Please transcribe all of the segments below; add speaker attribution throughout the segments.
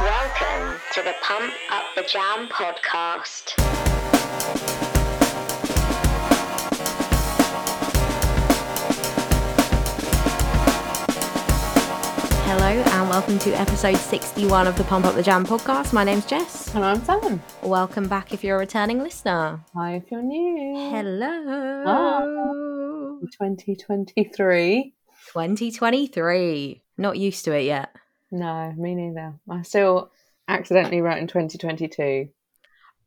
Speaker 1: Welcome to the Pump Up the Jam podcast.
Speaker 2: Hello and welcome to episode 61 of the Pump Up the Jam podcast. My name's Jess.
Speaker 3: And I'm Sam.
Speaker 2: Welcome back if you're a returning listener. Ah.
Speaker 3: Hi, if you're new.
Speaker 2: Hello.
Speaker 3: 2023.
Speaker 2: 2023. Not used to it yet.
Speaker 3: No, me neither. I still accidentally wrote in 2022.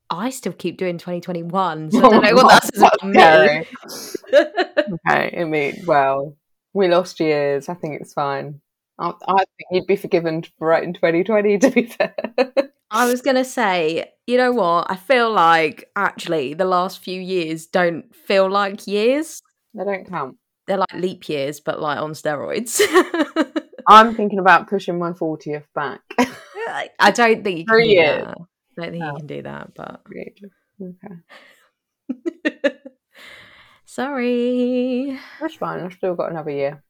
Speaker 2: I still keep doing 2021, so I
Speaker 3: Oh,
Speaker 2: don't know what that says about me.
Speaker 3: Scary. okay, I mean, well, we lost years. I think it's fine. I, I think you'd be forgiven for writing 2020, to be fair.
Speaker 2: I was going to say, you know what? I feel like actually the last few years don't feel like years.
Speaker 3: they don't count.
Speaker 2: They're like leap years, but like on steroids.
Speaker 3: I'm thinking about pushing my 40th back.
Speaker 2: I don't think you can
Speaker 3: Three
Speaker 2: do
Speaker 3: years.
Speaker 2: that. I don't think
Speaker 3: Oh.
Speaker 2: you can do that, but
Speaker 3: Great. okay.
Speaker 2: Sorry.
Speaker 3: That's fine. I've still got another year.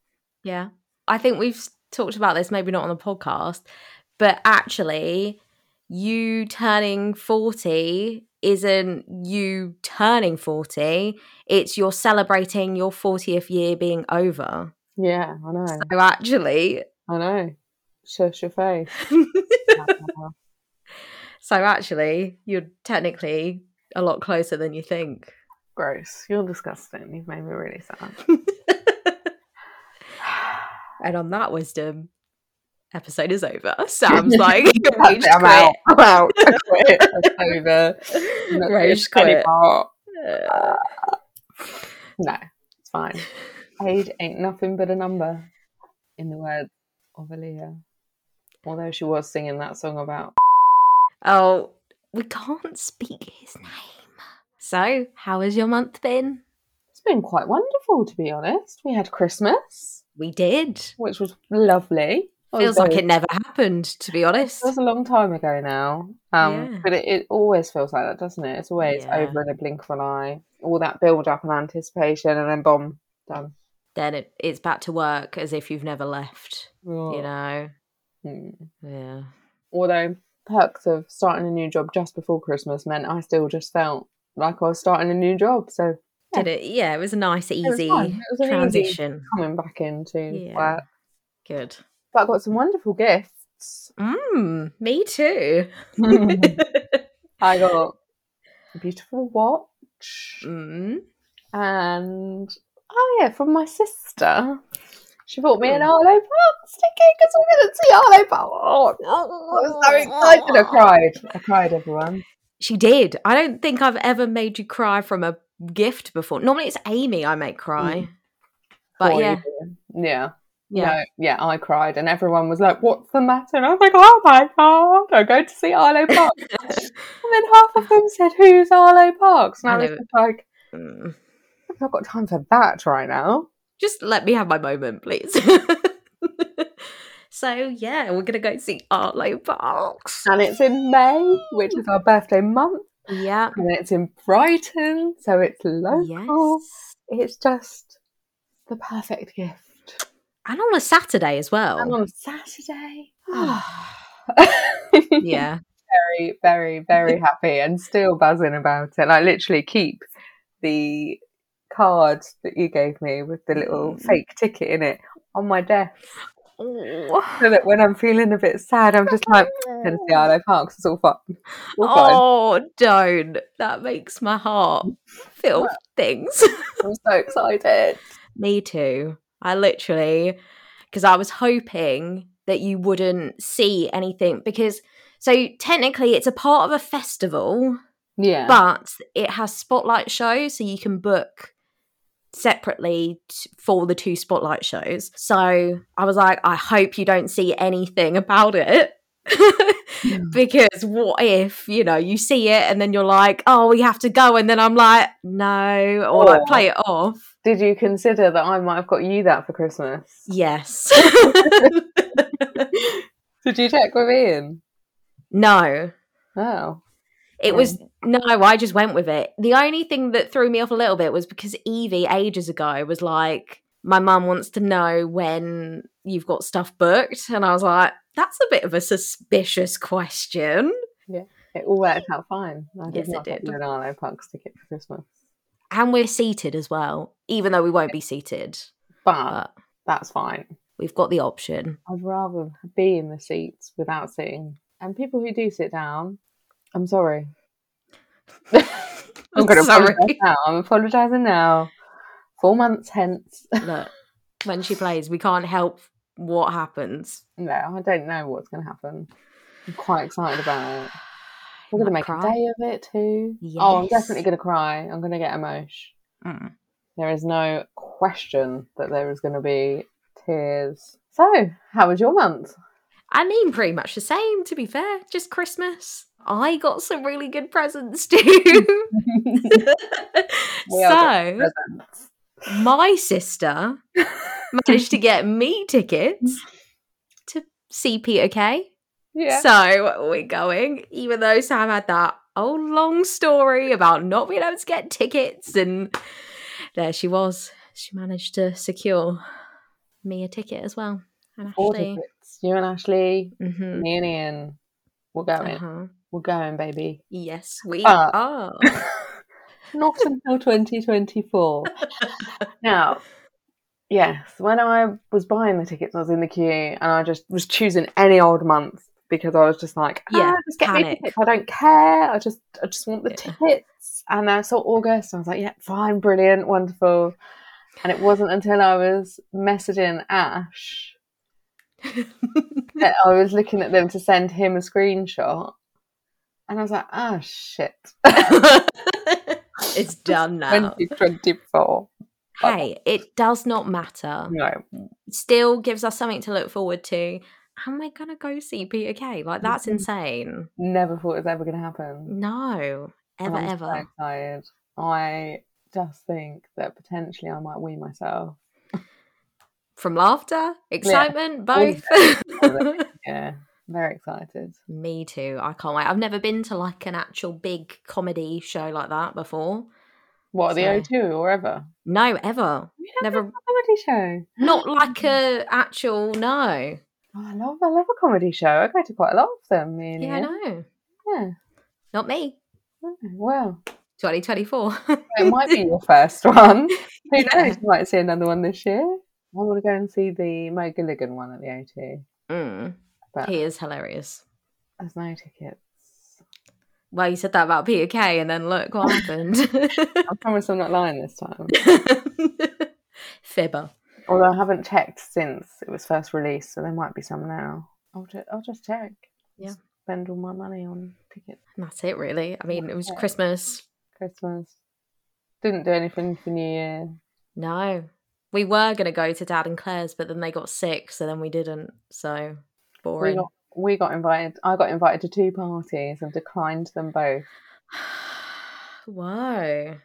Speaker 2: Yeah. I think we've s- talked about this, maybe not on the podcast, but actually, you turning 40 isn't you turning 40, it's you're celebrating your 40th year being over.
Speaker 3: Yeah, I know.
Speaker 2: So, actually,
Speaker 3: I know. Shush your face.
Speaker 2: so actually, you're technically a lot closer than you think.
Speaker 3: Gross. You're disgusting. You've made me really sad.
Speaker 2: And on that wisdom, episode is over. Sam's like, rage
Speaker 3: That's it, I'm
Speaker 2: quit.
Speaker 3: out. I'm out. I quit. It's over. I'm not doing
Speaker 2: Rage
Speaker 3: this
Speaker 2: quit.
Speaker 3: anymore.
Speaker 2: Uh,
Speaker 3: No, it's fine. Age ain't nothing but a number, in the words of Aaliyah. Although she was singing that song about.
Speaker 2: Oh, we can't speak his name. So, how has your month been?
Speaker 3: It's been quite wonderful, to be honest. We had Christmas,
Speaker 2: We did.
Speaker 3: which was lovely. I was
Speaker 2: Feels like
Speaker 3: very-
Speaker 2: it never happened, to be honest.
Speaker 3: It was a long time ago now. Um,
Speaker 2: Yeah.
Speaker 3: But it, it always feels like that, doesn't it? It's always
Speaker 2: Yeah.
Speaker 3: over in a blink of an eye. All that build up and anticipation, and then bomb, done.
Speaker 2: Then it, it's back to work as if you've never left,
Speaker 3: Oh.
Speaker 2: you know?
Speaker 3: Mm.
Speaker 2: Yeah.
Speaker 3: Although, perks of starting a new job just before Christmas meant I still just felt like I was starting a new job. So, Yeah.
Speaker 2: Did it? Yeah, it was a nice,
Speaker 3: it was
Speaker 2: easy
Speaker 3: fine. It was an easy
Speaker 2: transition.
Speaker 3: coming back into
Speaker 2: Yeah.
Speaker 3: work.
Speaker 2: Good.
Speaker 3: But I got some wonderful gifts.
Speaker 2: Mm, me too. Mm.
Speaker 3: I got a beautiful watch.
Speaker 2: Mm.
Speaker 3: And oh yeah, from my sister. She bought me an
Speaker 2: Hmm.
Speaker 3: Arlo Park sticker because we didn't see Arlo Park. Oh, I was so excited. I cried. I cried, everyone.
Speaker 2: She did. I don't think I've ever made you cry from a gift before. Normally it's Amy I make cry. But
Speaker 3: Poor
Speaker 2: yeah,
Speaker 3: you. Yeah.
Speaker 2: yeah.
Speaker 3: No, yeah, I cried, and everyone was like, "What's the matter?" And I was like, "Oh my god, I'm going to see Arlo Park." and then half of them said, "Who's Arlo Parks?" And I,
Speaker 2: I
Speaker 3: was
Speaker 2: know.
Speaker 3: just like,
Speaker 2: Mm.
Speaker 3: "I've not got time for that right now."
Speaker 2: just let me have my moment, please. so yeah, we're gonna go see Arlo Parks.
Speaker 3: And it's in May, which is our birthday month.
Speaker 2: Yeah.
Speaker 3: and it's in Brighton, so it's
Speaker 2: Oh, Yes.
Speaker 3: local. It's just the perfect gift.
Speaker 2: And on a Saturday as
Speaker 3: And
Speaker 2: well.
Speaker 3: on a Saturday,
Speaker 2: yeah.
Speaker 3: very, very, very happy and still buzzing about it. I literally keep the card that you gave me with the little
Speaker 2: Mm.
Speaker 3: fake ticket in it on my desk
Speaker 2: Oh.
Speaker 3: so that when I'm feeling a bit sad, I'm just like, and the Arlo Parks, it's all fun. All fine.
Speaker 2: Oh, don't. That makes my heart feel things.
Speaker 3: I'm so excited.
Speaker 2: Me too. I literally, because I was hoping that you wouldn't see anything because, so technically, it's a part of a festival.
Speaker 3: Yeah.
Speaker 2: but it has spotlight shows so you can book separately t- for the two spotlight shows so i was like i hope you don't see anything about it because what if you know you see it and then you're like oh we have to go and then i'm like no or like
Speaker 3: Or-
Speaker 2: play it off
Speaker 3: Did you consider that I might have got you that for Christmas?
Speaker 2: yes
Speaker 3: Did you check with Ian?
Speaker 2: no
Speaker 3: Oh.
Speaker 2: It
Speaker 3: Yeah.
Speaker 2: was no, I just went with it. The only thing that threw me off a little bit was because Evie ages ago was like, My mum wants to know when you've got stuff booked? And I was like, that's a bit of a suspicious question.
Speaker 3: It all worked out fine. I did
Speaker 2: Yes, it
Speaker 3: not get
Speaker 2: did.
Speaker 3: you an Arlo Parks ticket for Christmas.
Speaker 2: And we're seated as well, even though we won't be seated.
Speaker 3: But
Speaker 2: But
Speaker 3: that's fine.
Speaker 2: we've got the option.
Speaker 3: I'd rather be in the seats without sitting. And people who do sit down, I'm sorry. I'm going to
Speaker 2: Sorry.
Speaker 3: apologise now. I'm apologising now. Four months hence.
Speaker 2: Look, when she plays, we can't help what happens.
Speaker 3: No, I don't know what's going to happen. I'm quite excited about it. We're going to
Speaker 2: Might
Speaker 3: make a
Speaker 2: cry.
Speaker 3: day of it too. Oh, I'm
Speaker 2: Yes.
Speaker 3: definitely going to cry. I'm going to get emotion.
Speaker 2: Mm.
Speaker 3: There is no question that there is going to be tears. So, how was your month?
Speaker 2: I mean, pretty much the same, to be fair, just Christmas. I got some really good presents too.
Speaker 3: all
Speaker 2: so, my sister managed to get me tickets to see Peter Kay.
Speaker 3: yeah.
Speaker 2: So we're going, even though Sam had that old long story about not being able to get tickets, and there she was. She managed to secure me a ticket as well. And
Speaker 3: Four
Speaker 2: Ashley.
Speaker 3: tickets. You and Ashley,
Speaker 2: Mm-hmm.
Speaker 3: me and Ian. We're going.
Speaker 2: Uh-huh.
Speaker 3: We're going, baby.
Speaker 2: Yes, we
Speaker 3: But-
Speaker 2: are.
Speaker 3: Not until 2024. now, yes, when I was buying the tickets, I was in the queue and I just was choosing any old month because I was just like, ah,
Speaker 2: Yeah,
Speaker 3: just get me
Speaker 2: panic.
Speaker 3: tickets. I don't care. I just, I just want the
Speaker 2: Yeah.
Speaker 3: tickets. And I saw August. And I was like, yeah, fine, brilliant, wonderful. And it wasn't until I was messaging Ash that I was looking at them to send him a screenshot. And I was like, ah, shit.
Speaker 2: it's done now.
Speaker 3: 2024.
Speaker 2: Hey, it does not matter.
Speaker 3: No.
Speaker 2: Still gives us something to look forward to. And we're going to go see Peter Kay. Like, that's
Speaker 3: Mhm.
Speaker 2: insane.
Speaker 3: never thought it was ever going to happen.
Speaker 2: No, ever,
Speaker 3: I'm
Speaker 2: ever.
Speaker 3: So excited. I just think that potentially I might wee myself.
Speaker 2: From laughter, excitement, both.
Speaker 3: Yeah, very excited.
Speaker 2: Me too. I can't wait. I've never been to like an actual big comedy show like that before.
Speaker 3: What the
Speaker 2: So-
Speaker 3: O2 or ever?
Speaker 2: No, ever.
Speaker 3: We don't
Speaker 2: Never-
Speaker 3: have a comedy show.
Speaker 2: Not like a actual no.
Speaker 3: Oh, I love, I love a comedy show. I go to quite a lot of them. Me and
Speaker 2: Yeah,
Speaker 3: Ian.
Speaker 2: no.
Speaker 3: yeah.
Speaker 2: Not me.
Speaker 3: Oh, Well,
Speaker 2: 2024.
Speaker 3: it might be your first one. Who
Speaker 2: Yeah.
Speaker 3: knows? You might see another one this year. I want to go and see the Mo Gilligan one at the O2.
Speaker 2: Mm.
Speaker 3: But-
Speaker 2: He is hilarious.
Speaker 3: There's no tickets.
Speaker 2: Well, you said that about Peter Kay, and then look what happened.
Speaker 3: I promise I'm not lying this time.
Speaker 2: Fibber.
Speaker 3: Although I haven't checked since it was first released, so there might be some now. I'll just, I'll just check.
Speaker 2: Yeah.
Speaker 3: Spend all my money on tickets.
Speaker 2: And that's it, really. I mean, it was
Speaker 3: Yeah.
Speaker 2: Christmas.
Speaker 3: Christmas. Didn't do anything for New Year.
Speaker 2: No. We were going to go to Dad and Claire's, but then they got sick, so then we didn't. So
Speaker 3: We
Speaker 2: boring.
Speaker 3: got, we got invited. I got invited to two parties and declined them both,
Speaker 2: Whoa.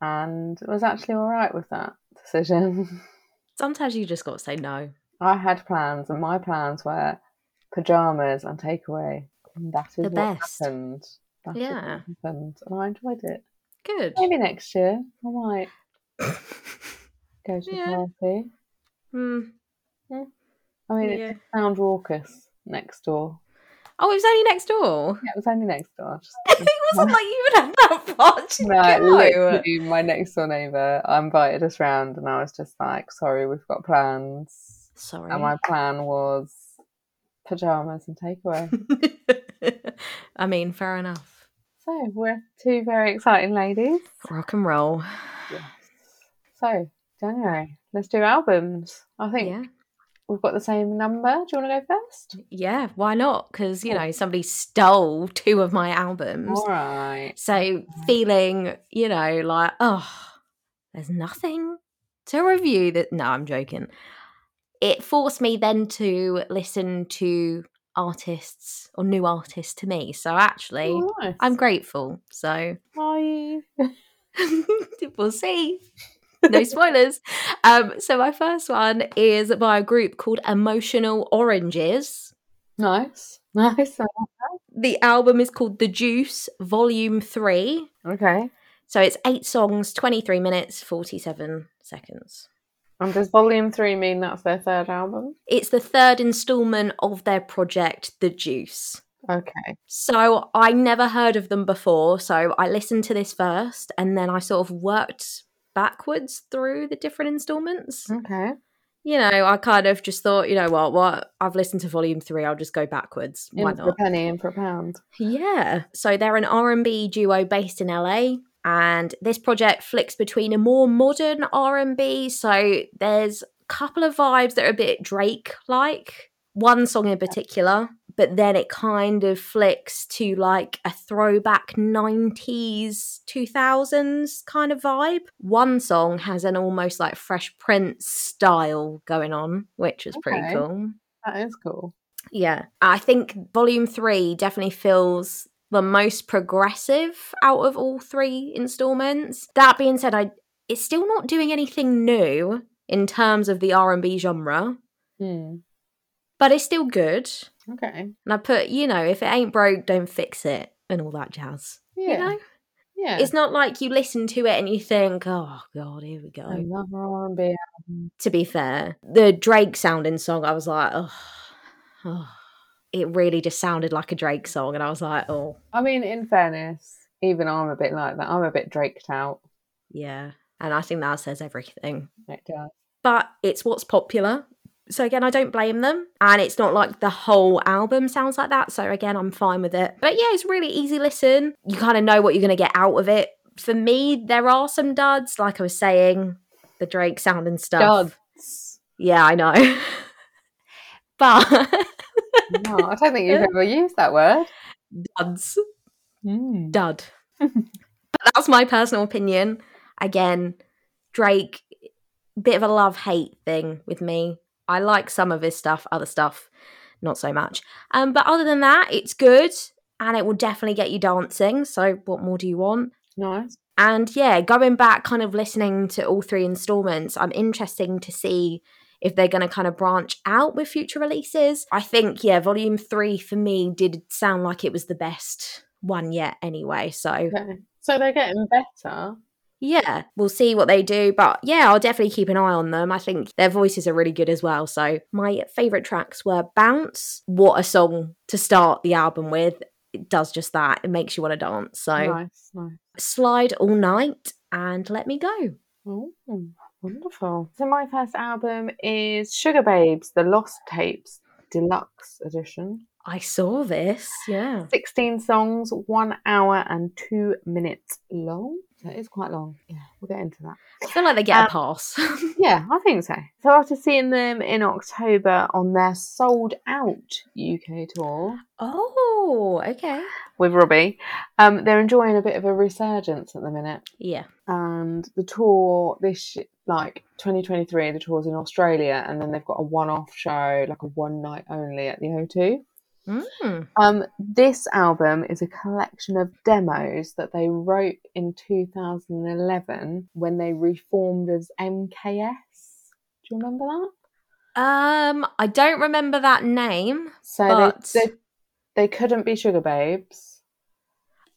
Speaker 3: and was actually all right with that decision.
Speaker 2: Sometimes you just got to say no.
Speaker 3: I had plans, and my plans were pajamas and takeaway. And that is
Speaker 2: The
Speaker 3: what
Speaker 2: best.
Speaker 3: happened. That is what
Speaker 2: Yeah.
Speaker 3: happened, and I enjoyed it.
Speaker 2: Good.
Speaker 3: Maybe next year I might go to a
Speaker 2: Yeah.
Speaker 3: party.
Speaker 2: Hmm.
Speaker 3: I mean, it
Speaker 2: yeah.
Speaker 3: sound raucous next door.
Speaker 2: Oh, it was only next door.
Speaker 3: Yeah, it was only next door. Just,
Speaker 2: it wasn't like you even had that far to
Speaker 3: no,
Speaker 2: go.
Speaker 3: literally, my next door neighbour invited us round, and I was just like, "Sorry, we've got plans."
Speaker 2: Sorry.
Speaker 3: And my plan was pajamas and takeaway.
Speaker 2: I mean, fair enough.
Speaker 3: so we're two very exciting ladies.
Speaker 2: Rock and roll.
Speaker 3: Yes. So January, let's do albums. I think
Speaker 2: Yeah.
Speaker 3: we've got the same number. Do you want to go first?
Speaker 2: Yeah. Why not? Because, you know, somebody stole two of my albums.
Speaker 3: All right.
Speaker 2: So feeling, you know, like, oh, there's nothing to review that. No, I'm joking. It forced me then to listen to artists or new artists to me. So actually,
Speaker 3: Oh, nice.
Speaker 2: I'm grateful. So
Speaker 3: Hi.
Speaker 2: we'll see. No spoilers. um, so my first one is by a group called Emotional Oranges.
Speaker 3: Nice. Nice.
Speaker 2: The album is called The Juice Volume 3.
Speaker 3: Okay.
Speaker 2: So it's eight songs, 23 minutes, 47 seconds.
Speaker 3: And Um, does volume three mean that's their third album?
Speaker 2: It's the third installment of their project, The Juice.
Speaker 3: Okay.
Speaker 2: So I never heard of them before. So I listened to this first and then I sort of worked backwards through the different installments.
Speaker 3: Okay.
Speaker 2: You know, I kind of just thought, you know what, what? I've listened to volume three, I'll just go backwards. Why
Speaker 3: In for a
Speaker 2: not?
Speaker 3: penny, in for a pound.
Speaker 2: Yeah. So they're an R&B duo based in LA and this project flicks between a more modern R&B so there's a couple of vibes that are a bit Drake like one song in particular but then it kind of flicks to like a throwback 90s 2000s kind of vibe one song has an almost like fresh prince style going on which is pretty
Speaker 3: Okay.
Speaker 2: cool
Speaker 3: That is cool.
Speaker 2: yeah. I think volume three definitely feels the most progressive out of all three installments. That being said, I it's still not doing anything new in terms of the R and B genre,
Speaker 3: Hmm.
Speaker 2: but it's still good.
Speaker 3: Okay.
Speaker 2: And I put, you know, if it ain't broke, don't fix it and all that jazz.
Speaker 3: Yeah.
Speaker 2: You know?
Speaker 3: Yeah.
Speaker 2: It's not like you listen to it and you think, oh God, here we go.
Speaker 3: Another R&B.
Speaker 2: to be fair. The Drake sounding song, I was like, oh, it really just sounded like a Drake song. And I was like, oh,
Speaker 3: I mean, in fairness, even I'm a bit like that. I'm a bit draked out.
Speaker 2: yeah. And I think that says everything.
Speaker 3: It does.
Speaker 2: But it's what's popular. So again, I don't blame them. And it's not like the whole album sounds like that. So again, I'm fine with it. But yeah, it's really easy listen. You kind of know what you're going to get out of it. For me, there are some duds, like I was saying, the Drake sounding stuff.
Speaker 3: Duds.
Speaker 2: Yeah, I know. but
Speaker 3: No, I don't think you've ever used that word.
Speaker 2: duds.
Speaker 3: Mm.
Speaker 2: dud. but that's my personal opinion. Again, Drake, bit of a love hate thing with me. I like some of his stuff, other stuff, not so much. Um, but other than that, it's good and it will definitely get you dancing. So, what more do you want?
Speaker 3: Nice.
Speaker 2: And yeah, going back, kind of listening to all three installments, I'm interesting to see if they're going to kind of branch out with future releases. I think, yeah, volume three for me did sound like it was the best one yet, anyway. So
Speaker 3: Okay. So they're getting better.
Speaker 2: yeah, we'll see what they do. But yeah, I'll definitely keep an eye on them. I think their voices are really good as well. So my favourite tracks were Bounce. What a song to start the album with. It does just that, it makes you want to dance. So
Speaker 3: Nice, nice.
Speaker 2: slide all night and let me go.
Speaker 3: Oh, wonderful. So my first album is Sugar Babes, The Lost Tapes Deluxe Edition.
Speaker 2: I saw this. Yeah.
Speaker 3: 16 songs, one hour and two minutes long. So it is quite long. Yeah, we'll get into that.
Speaker 2: I feel like they get
Speaker 3: Um,
Speaker 2: a pass.
Speaker 3: Yeah, I think so. So after seeing them in October on their sold out UK tour
Speaker 2: oh, okay.
Speaker 3: with Robbie, um, they're enjoying a bit of a resurgence at the minute.
Speaker 2: Yeah.
Speaker 3: and the tour this y- like 2023 the tour's in australia and then they've got a one-off show like a one night only at the o2
Speaker 2: Mm.
Speaker 3: um, this album is a collection of demos that they wrote in 2011 when they reformed as mks do you remember that
Speaker 2: Um, I don't remember that name.
Speaker 3: so
Speaker 2: But-
Speaker 3: they, they, they couldn't be sugar babes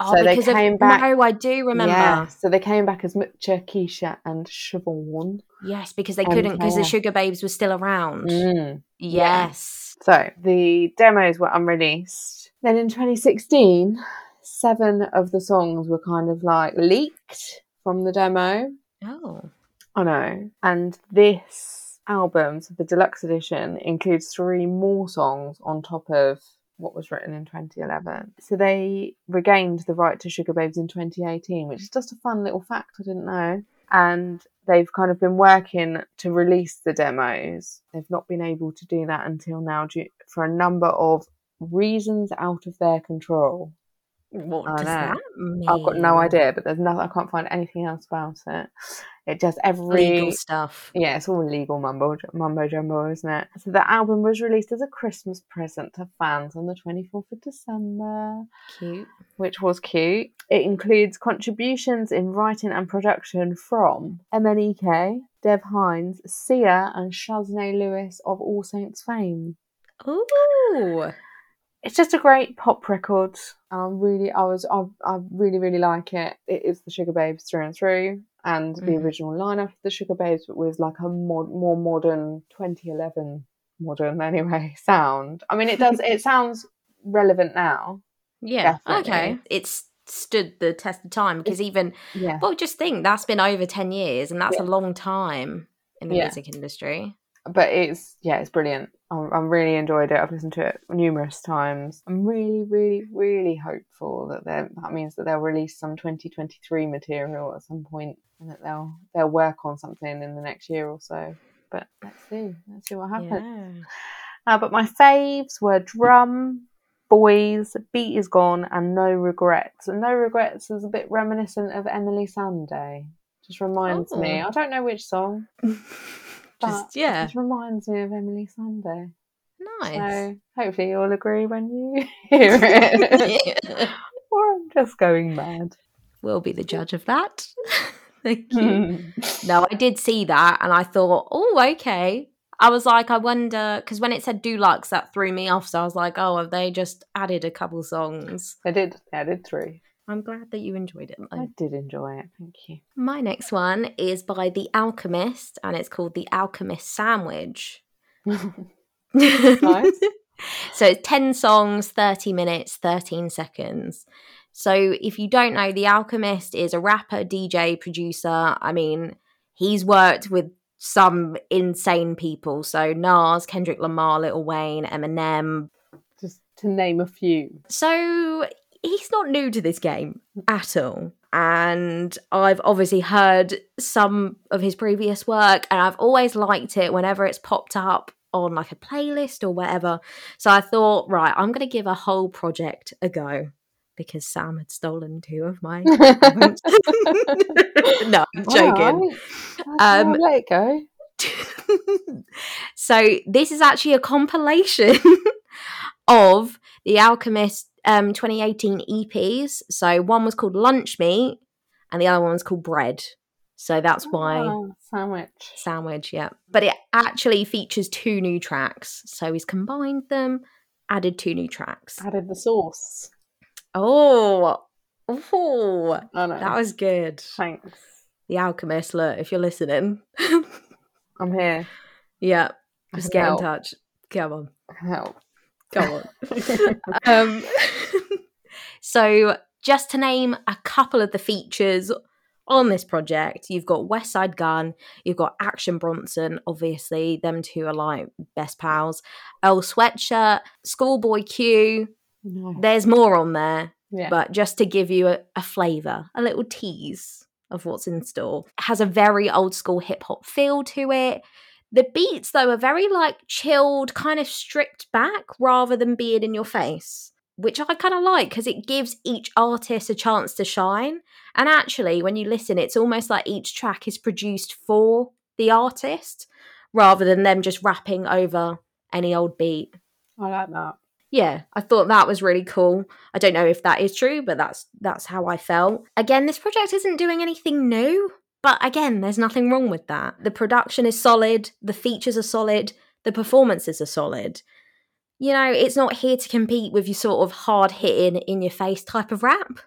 Speaker 2: Oh,
Speaker 3: So they
Speaker 2: because of-
Speaker 3: came back-
Speaker 2: No, I do remember.
Speaker 3: yeah so they came back as Mutcha, Keisha and Siobhan
Speaker 2: Yes, because they
Speaker 3: And
Speaker 2: couldn't because the
Speaker 3: Taylor.
Speaker 2: Sugar Babes were still around.
Speaker 3: mm.
Speaker 2: Yes.
Speaker 3: So the demos were unreleased. Then in 2016, seven of the songs were kind of like leaked from the demo.
Speaker 2: Oh.
Speaker 3: I know. And this album, so the deluxe edition, includes three more songs on top of what was written in 2011. So they regained the right to Sugar Babes in 2018, which is just a fun little fact I didn't know. And they've kind of been working to release the demos. They've not been able to do that until now due, for a number of reasons out of their control.
Speaker 2: What
Speaker 3: I
Speaker 2: does
Speaker 3: know.
Speaker 2: that mean?
Speaker 3: I've got no idea, but there's nothing, I can't find anything else about it. It just every
Speaker 2: Legal stuff.
Speaker 3: yeah, it's all legal mumbo mumbo jumbo, isn't it? So the album was released as a Christmas present to fans on the 24th of December,
Speaker 2: Cute.
Speaker 3: which was cute. It includes contributions in writing and production from MNEK, Dev Hines, Sia, and Shaznay Lewis of All Saints fame.
Speaker 2: Ooh.
Speaker 3: It's just a great pop record. and I'm really, I was, I, I really, really like it. It is the Sugar Babes through and through. and the
Speaker 2: Mhm.
Speaker 3: original lineup of the Sugar Babes was like a mod- more modern 2011 modern anyway sound. I mean, it does it sounds relevant now.
Speaker 2: Yeah.
Speaker 3: Definitely.
Speaker 2: Okay. It's stood the test of time because even
Speaker 3: Yeah,
Speaker 2: well, just think that's been over ten years, and that's a long time in the
Speaker 3: Yeah.
Speaker 2: music industry.
Speaker 3: but it's yeah, it's brilliant. I I really enjoyed it. I've listened to it numerous times. I'm really, really, really hopeful that they're- that means that they'll release some 2023 material at some point, and that they'll they'll work on something in the next year or so. But let's see, let's see what happens.
Speaker 2: Yeah.
Speaker 3: Uh, but my faves were Drum, Boys, Beat Is Gone, and No Regrets. And No Regrets is a bit reminiscent of Emily Sunday. Just reminds me.
Speaker 2: Oh.
Speaker 3: I don't know which song.
Speaker 2: just yeah.
Speaker 3: Just reminds me of Emily Sunday.
Speaker 2: Nice.
Speaker 3: So hopefully you'll agree when you hear it. or I'm just going mad.
Speaker 2: we'll be the judge of that. Thank you. No, I did see that and I thought, oh, okay. I was like, I wonder, because when it said Dulux, that threw me off. So I was like, oh, have they just added a couple songs?
Speaker 3: I did. I did three.
Speaker 2: I'm glad that you enjoyed it. though.
Speaker 3: I did enjoy it. Thank you.
Speaker 2: My next one is by The Alchemist and it's called The Alchemist Sandwich.
Speaker 3: Nice.
Speaker 2: So it's 10 songs, 30 minutes, 13 seconds. So if you don't know, The Alchemist is a rapper, DJ, producer. I mean, he's worked with some insane people. So Nas, Kendrick Lamar, Little Wayne, Eminem.
Speaker 3: just to name a few.
Speaker 2: So he's not new to this game at all. And I've obviously heard some of his previous work and I've always liked it whenever it's popped up on like a playlist or whatever. So I thought, right, I'm going to give a whole project a go because Sam had stolen two of my. no, I'm joking.
Speaker 3: Alright. I'll
Speaker 2: Um,
Speaker 3: let it go.
Speaker 2: so this is actually a compilation of the Alchemist um, 2018 EPs. So one was called Lunch Meat, and the other one was called Bread. So that's why
Speaker 3: Oh, sandwich.
Speaker 2: sandwich, yeah. But it actually features two new tracks. So he's combined them, added two new tracks.
Speaker 3: Added the sauce.
Speaker 2: Oh, oh,
Speaker 3: I know.
Speaker 2: that was good.
Speaker 3: Thanks.
Speaker 2: The Alchemist, look, if you're listening,
Speaker 3: I'm here.
Speaker 2: yeah, just get
Speaker 3: can
Speaker 2: in
Speaker 3: help.
Speaker 2: touch. Come on.
Speaker 3: I can help.
Speaker 2: Come on. um, so, just to name a couple of the features on this project, you've got West Side Gun, you've got Action Bronson, obviously, them two are like best pals, Earl Sweatshirt, Schoolboy Q,
Speaker 3: no.
Speaker 2: there's more on there,
Speaker 3: Mm. Yeah.
Speaker 2: but just to give you a, a flavour, a little tease of what's in store. It has a very old school hip hop feel to it. The beats, though, are very like chilled, kind of stripped back rather than being in your face, which I kind of like because it gives each artist a chance to shine. And actually, when you listen, it's almost like each track is produced for the artist rather than them just rapping over any old beat
Speaker 3: I like that.
Speaker 2: yeah, I thought that was really cool. I don't know if that is true, but that's that's how I felt. Again, this project isn't doing anything new, but again, there's nothing wrong with that. The production is solid, the features are solid, the performances are solid. You know, it's not here to compete with your sort of hard hitting in your face type of rap.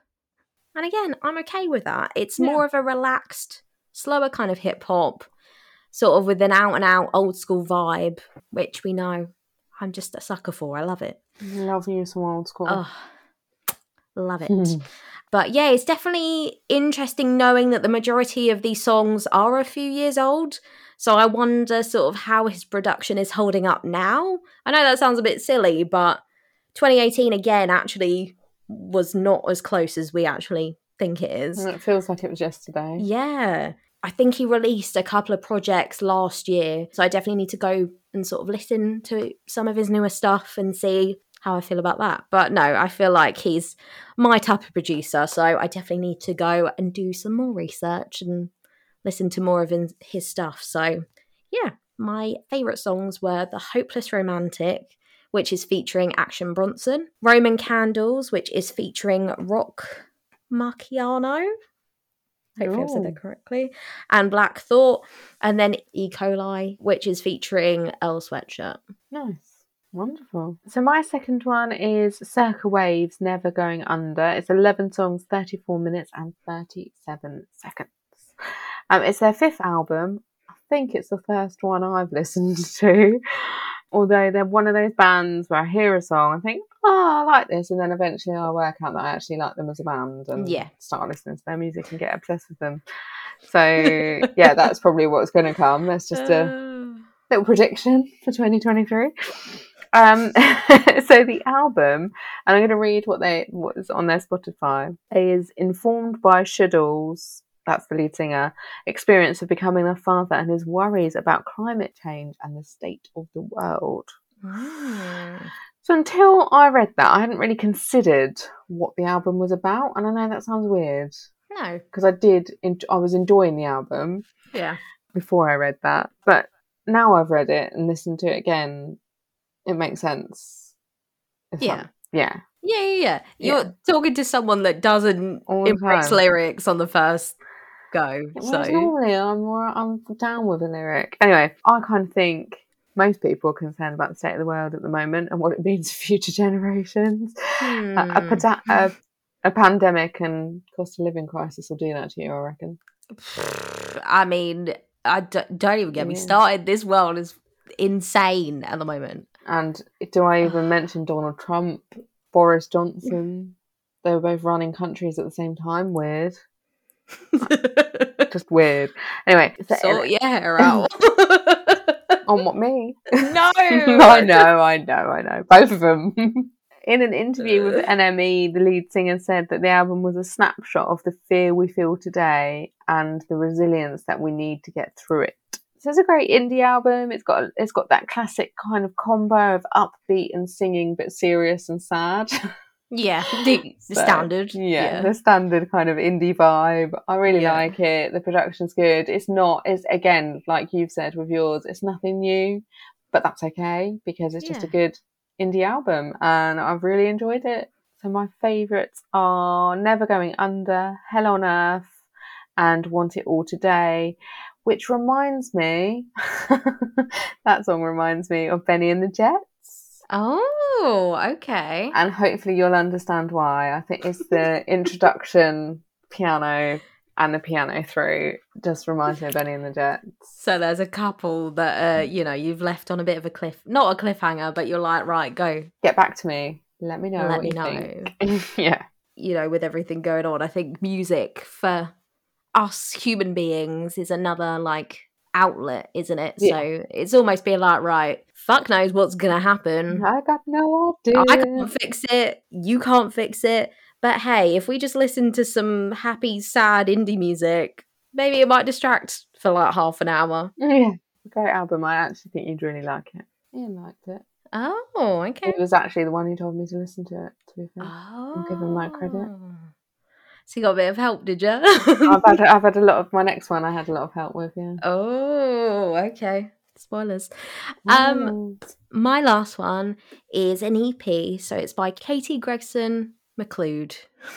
Speaker 2: And again, I'm okay with that. It's
Speaker 3: Yeah.
Speaker 2: more of a relaxed, slower kind of hip hop, sort of with an out and out old school vibe, which we know I'm just a sucker for. I love it.
Speaker 3: Love you some old school.
Speaker 2: Oh, love it. but yeah, it's definitely interesting knowing that the majority of these songs are a few years old. So I wonder sort of how his production is holding up now. I know that sounds a bit silly, but 2018 again actually was not as close as we actually think it is.
Speaker 3: And it feels like it was yesterday.
Speaker 2: Yeah. I think he released a couple of projects last year. So I definitely need to go and sort of listen to some of his newer stuff and see how I feel about that. But no, I feel like he's my type of producer. So I definitely need to go and do some more research and listen to more of his- his stuff. So yeah, my favourite songs were The Hopeless Romantic. Which is featuring Action Bronson, Roman Candles, which is featuring Rock Marciano, hopefully I've said
Speaker 3: Ooh.
Speaker 2: that correctly, and Black Thought, and then E. coli, which is featuring L Sweatshirt.
Speaker 3: Nice. Wonderful. So my second one is Circa Waves Never Going Under. It's 11 songs, 34 minutes and 37 seconds. Um, it's their fifth album. I think it's the first one I've listened to. Although they're one of those bands where I hear a song and think, oh, I like this. And then eventually I work out that I actually like them as a band and
Speaker 2: Yeah.
Speaker 3: start listening to their music and get obsessed with them. So, yeah, that's probably what's going to come. That's just a little prediction for 2023. Um, so the album, and I'm going to read what they what is on their Spotify is informed by Shuddles, that's the lead singer, experience of becoming a father and his worries about climate change and the state of the world.
Speaker 2: Mm.
Speaker 3: So until I read that, I hadn't really considered what the album was about, and I know that sounds weird
Speaker 2: No.
Speaker 3: because I did, en- I was enjoying the album,
Speaker 2: Yeah.
Speaker 3: before I read that, but now I've read it and listened to it again, it makes sense. If
Speaker 2: Yeah.
Speaker 3: I'm- yeah.
Speaker 2: Yeah, yeah, yeah. You're talking to someone that doesn't
Speaker 3: All the
Speaker 2: embrace
Speaker 3: time.
Speaker 2: lyrics on the first go.
Speaker 3: Whereas
Speaker 2: So
Speaker 3: normally I'm more, I'm down with a lyric. Anyway, I kind of think most people are concerned about the state of the world at the moment and what it means for future generations. A- A,
Speaker 2: Hmm.
Speaker 3: pada- a, a pandemic and cost of living crisis will do that to you, I reckon.
Speaker 2: I mean, I d- don't even get me
Speaker 3: Yeah.
Speaker 2: started. This world is insane at the moment.
Speaker 3: And do I even mention Donald Trump, Boris Johnson? They were both running countries at the same time. Weird. just weird. Anyway, so
Speaker 2: Sort your hair out.
Speaker 3: on what me?
Speaker 2: no,
Speaker 3: I know, I know, I know. Both of them. In an interview with
Speaker 2: Ugh.
Speaker 3: NME, the lead singer said that the album was a snapshot of the fear we feel today and the resilience that we need to get through it. So it's a great indie album. It's got it's got that classic kind of combo of upbeat and singing, but serious and sad.
Speaker 2: Yeah, the, the
Speaker 3: So,
Speaker 2: standard.
Speaker 3: yeah, the standard kind of indie vibe. I really
Speaker 2: Yeah.
Speaker 3: like it. The production's good. It's not, it's again, like you've said with yours, it's nothing new, but that's okay because it's just a
Speaker 2: Yeah.
Speaker 3: good indie album and I've really enjoyed it. So my favourites are Never Going Under, Hell on Earth, and Want It All Today, which reminds me, that song reminds me of Benny and the Jets
Speaker 2: Oh, okay.
Speaker 3: and hopefully you'll understand why. I think it's the introduction piano and the piano through just reminds me of Benny and the Jets.
Speaker 2: So there's a couple that uh,
Speaker 3: Hmm.
Speaker 2: you know you've left on a bit of a cliff, not a cliffhanger, but you're like, right, go,
Speaker 3: Get back to me. Let me know.
Speaker 2: let
Speaker 3: what
Speaker 2: me
Speaker 3: you
Speaker 2: know.
Speaker 3: Think. yeah.
Speaker 2: You know, with everything going on, I think music for us human beings is another like outlet, isn't it?
Speaker 3: Yeah.
Speaker 2: So it's almost being like, right, fuck knows what's gonna happen.
Speaker 3: I got no idea.
Speaker 2: Mm-hmm. Oh, I can't fix it. You can't fix it. But hey, if we just listen to some happy, sad indie music, maybe it might distract for like half an hour.
Speaker 3: yeah. Great album. I actually think you'd really like it. Ian liked it.
Speaker 2: Oh, okay.
Speaker 3: It was actually the one who told me to listen to it, to be fair.
Speaker 2: Oh.
Speaker 3: give him that credit.
Speaker 2: So you got a bit of help, did you?
Speaker 3: I've, had, I've had a lot of my next one, I had a lot of help with, yeah.
Speaker 2: oh, okay. Spoilers. Um,
Speaker 3: Mm.
Speaker 2: my last one is an EP, so it's by Katie Gregson McLeod.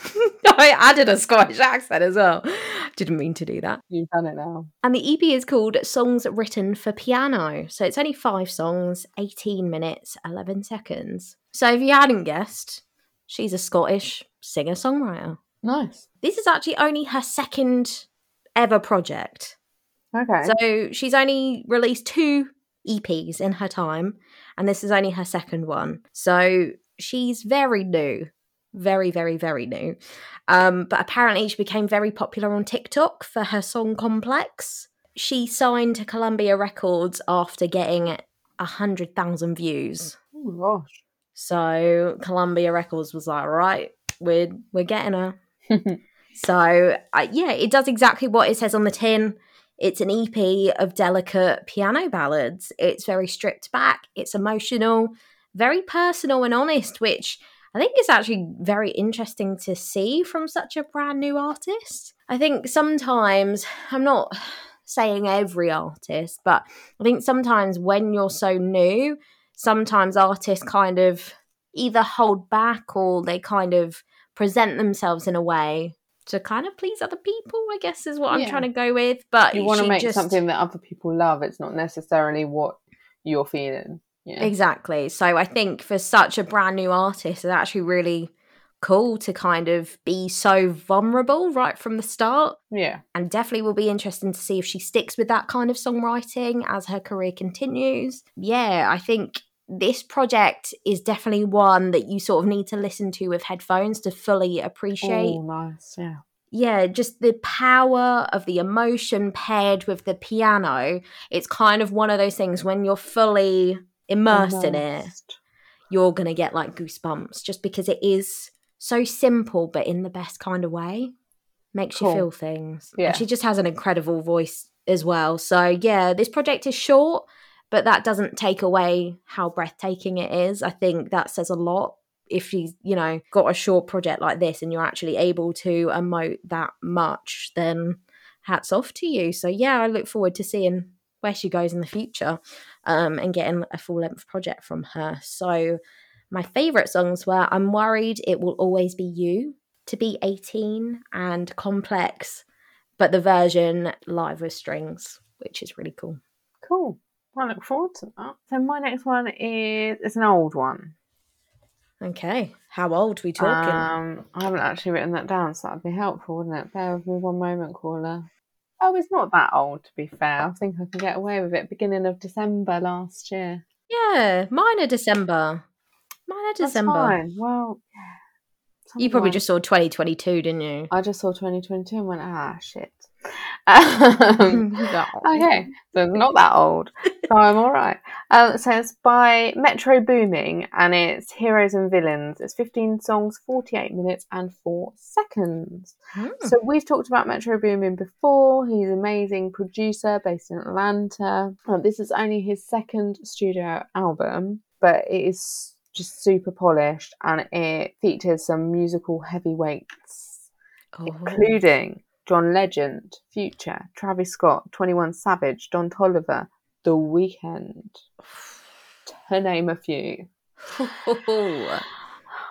Speaker 2: I added a Scottish accent as well. Didn't mean to do that.
Speaker 3: You've done it now.
Speaker 2: And the EP is called Songs Written for Piano. So it's only five songs, 18 minutes, 11 seconds. So if you hadn't guessed, she's a Scottish singer songwriter.
Speaker 3: Nice.
Speaker 2: This is actually only her second ever project.
Speaker 3: Okay.
Speaker 2: So she's only released two EPs in her time, and this is only her second one. So she's very new. Very, very, very new. Um, but apparently, she became very popular on TikTok for her song Complex. She signed to Columbia Records after getting 100,000 views.
Speaker 3: oh, gosh.
Speaker 2: So Columbia Records was like, right, we're, we're getting her. So, uh, yeah, it does exactly what it says on the tin. It's an EP of delicate piano ballads. It's very stripped back, it's emotional, very personal and honest, which I think is actually very interesting to see from such a brand new artist. I think sometimes, I'm not saying every artist, but I think sometimes when you're so new, sometimes artists kind of either hold back or they kind of present themselves in a way to kind of please other people, I guess is what I'm
Speaker 3: Yeah.
Speaker 2: trying to go with. But
Speaker 3: you want to
Speaker 2: she
Speaker 3: make
Speaker 2: just-
Speaker 3: something that other people love. It's not necessarily what you're feeling. Yeah.
Speaker 2: Exactly. So I think for such a brand new artist, it actually really cool to kind of be so vulnerable right from the start.
Speaker 3: Yeah.
Speaker 2: And definitely will be interesting to see if she sticks with that kind of songwriting as her career continues. Yeah, I think this project is definitely one that you sort of need to listen to with headphones to fully appreciate
Speaker 3: Oh, nice. Yeah.
Speaker 2: yeah, just the power of the emotion paired with the piano. It's kind of one of those things when you're fully immersed, in it,
Speaker 3: Immersed.
Speaker 2: you're going to get like goosebumps just because it is so simple, but in the best kind of way. Makes
Speaker 3: Cool.
Speaker 2: you feel things.
Speaker 3: Yeah.
Speaker 2: And she just has an incredible voice as well. So, yeah, this project is short, but that doesn't take away how breathtaking it is. I think that says a lot if she's you know got a short project like this and you're actually able to emote that much then hats off to you so yeah i look forward to seeing where she goes in the future um, and getting a full length project from her so my favorite songs were i'm worried it will always be you to be 18 and complex but the version live with strings which is really cool
Speaker 3: Cool. I look forward to that. So my next one is it's an old one.
Speaker 2: okay how old we talking
Speaker 3: Um, I haven't actually written that down, so that'd be helpful, wouldn't it? Bear with me one moment, caller. Oh, it's not that old, to be fair. I think I can get away with it. Beginning of December last year.
Speaker 2: Yeah, mine are December. Mine are
Speaker 3: That's
Speaker 2: December.
Speaker 3: fine. Well,
Speaker 2: You probably
Speaker 3: sometime.
Speaker 2: just saw 2022, didn't you?
Speaker 3: I just saw 2022 and went, ah, shit. Um, okay, so it's not that old, so I'm all right. Um, so it's by Metro Booming and it's Heroes and Villains. It's 15 songs, 48 minutes, and 4 seconds.
Speaker 2: Hmm.
Speaker 3: So we've talked about Metro Boomin before. He's an amazing producer based in Atlanta. Uh, this is only his second studio album, but it is just super polished and it features some musical heavyweights,
Speaker 2: Oh,
Speaker 3: including John Legend, Future, Travis Scott, 21 Savage, Don Tolliver, The Weeknd, to name a few.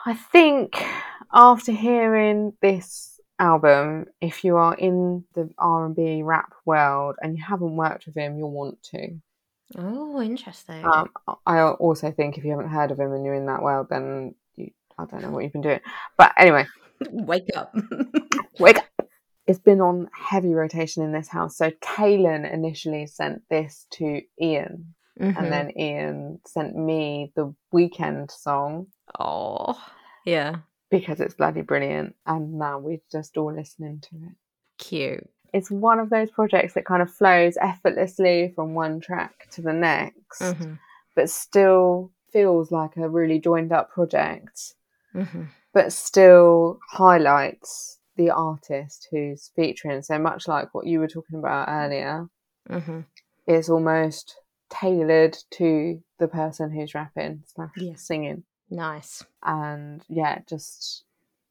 Speaker 3: I think after hearing this album, if you are in the R and B rap world and you haven't worked with him, you'll want to.
Speaker 2: oh interesting.
Speaker 3: Um, I also think if you haven't heard of him and you're in that world, then you, I don't know what you've been doing. But anyway,
Speaker 2: Wake up.
Speaker 3: wake up. It's been on heavy rotation in this house. So Kaylin initially sent this to Ian,
Speaker 2: Mhm.
Speaker 3: and then Ian sent me the weekend song.
Speaker 2: oh, yeah,
Speaker 3: because it's bloody brilliant and now we're just all listening to it.
Speaker 2: cute.
Speaker 3: It's one of those projects that kind of flows effortlessly from one track to the next,
Speaker 2: Mhm,
Speaker 3: but still feels like a really joined up project,
Speaker 2: mhm.
Speaker 3: but still highlights the artist who's featuring. So much like what you were talking about earlier,
Speaker 2: Mhm.
Speaker 3: it's almost tailored to the person who's rapping slash
Speaker 2: Yeah.
Speaker 3: singing.
Speaker 2: Nice.
Speaker 3: and yeah, just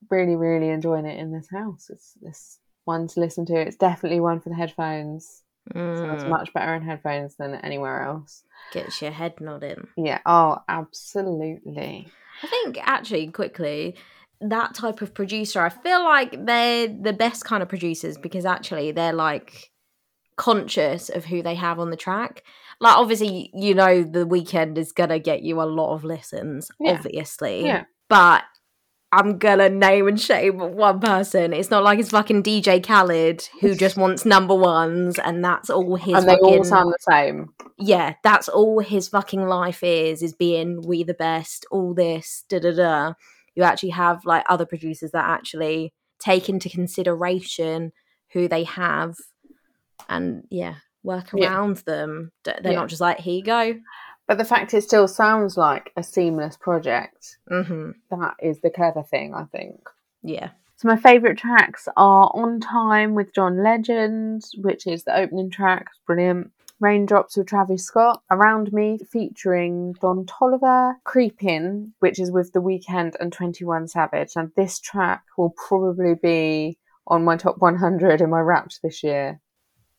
Speaker 3: really, really enjoying it in this house. It's this one to listen to. It's definitely one for the headphones. Sounds
Speaker 2: Mm,
Speaker 3: much better in headphones than anywhere else.
Speaker 2: Gets your head nodding.
Speaker 3: Yeah. Oh, absolutely.
Speaker 2: I think actually quickly that type of producer I feel like they're the best kind of producers because actually they're like conscious of who they have on the track. Like obviously you know the weekend is going to get you a lot of listens
Speaker 3: Yeah.
Speaker 2: obviously.
Speaker 3: Yeah.
Speaker 2: But I'm gonna name and shame one person. It's not like it's fucking DJ Khaled who just wants number ones and that's all his
Speaker 3: and they all
Speaker 2: fucking-
Speaker 3: sound the same.
Speaker 2: yeah, that's all his fucking life is, is being we the best, all this, da da da. You actually have like other producers that actually take into consideration who they have and yeah, work
Speaker 3: Yeah.
Speaker 2: around them. D- They're
Speaker 3: Yeah.
Speaker 2: not just like, here you go.
Speaker 3: But the fact it still sounds like a seamless project,
Speaker 2: Mm-hmm.
Speaker 3: that is the clever thing, I think.
Speaker 2: Yeah.
Speaker 3: So my favourite tracks are On Time with John Legend, which is the opening track, it's brilliant. Raindrops with Travis Scott, Around Me featuring Don Tolliver, Creepin, which is with The Weeknd and 21 Savage. And this track will probably be on my top 100 in my Wrapped this year.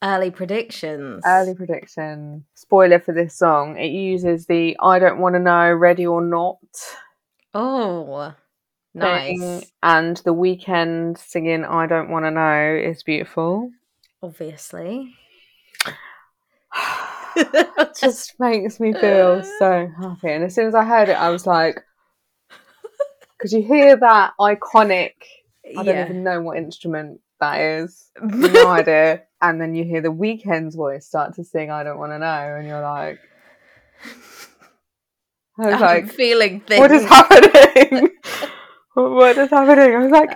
Speaker 2: Early predictions.
Speaker 3: Early prediction. Spoiler for this song, it uses the I don't want to know, ready or not
Speaker 2: Oh,
Speaker 3: thing,
Speaker 2: nice.
Speaker 3: And The Weeknd singing I don't want to know is beautiful.
Speaker 2: Obviously.
Speaker 3: just makes me feel so happy. And as soon as I heard it, I was like, because you hear that iconic. I don't even know what instrument that is. No idea. And then you hear the weekend's voice start to sing "I Don't Want to Know," and you're like, I was
Speaker 2: I'm
Speaker 3: like,
Speaker 2: feeling things.
Speaker 3: what is happening? what is happening? I was like,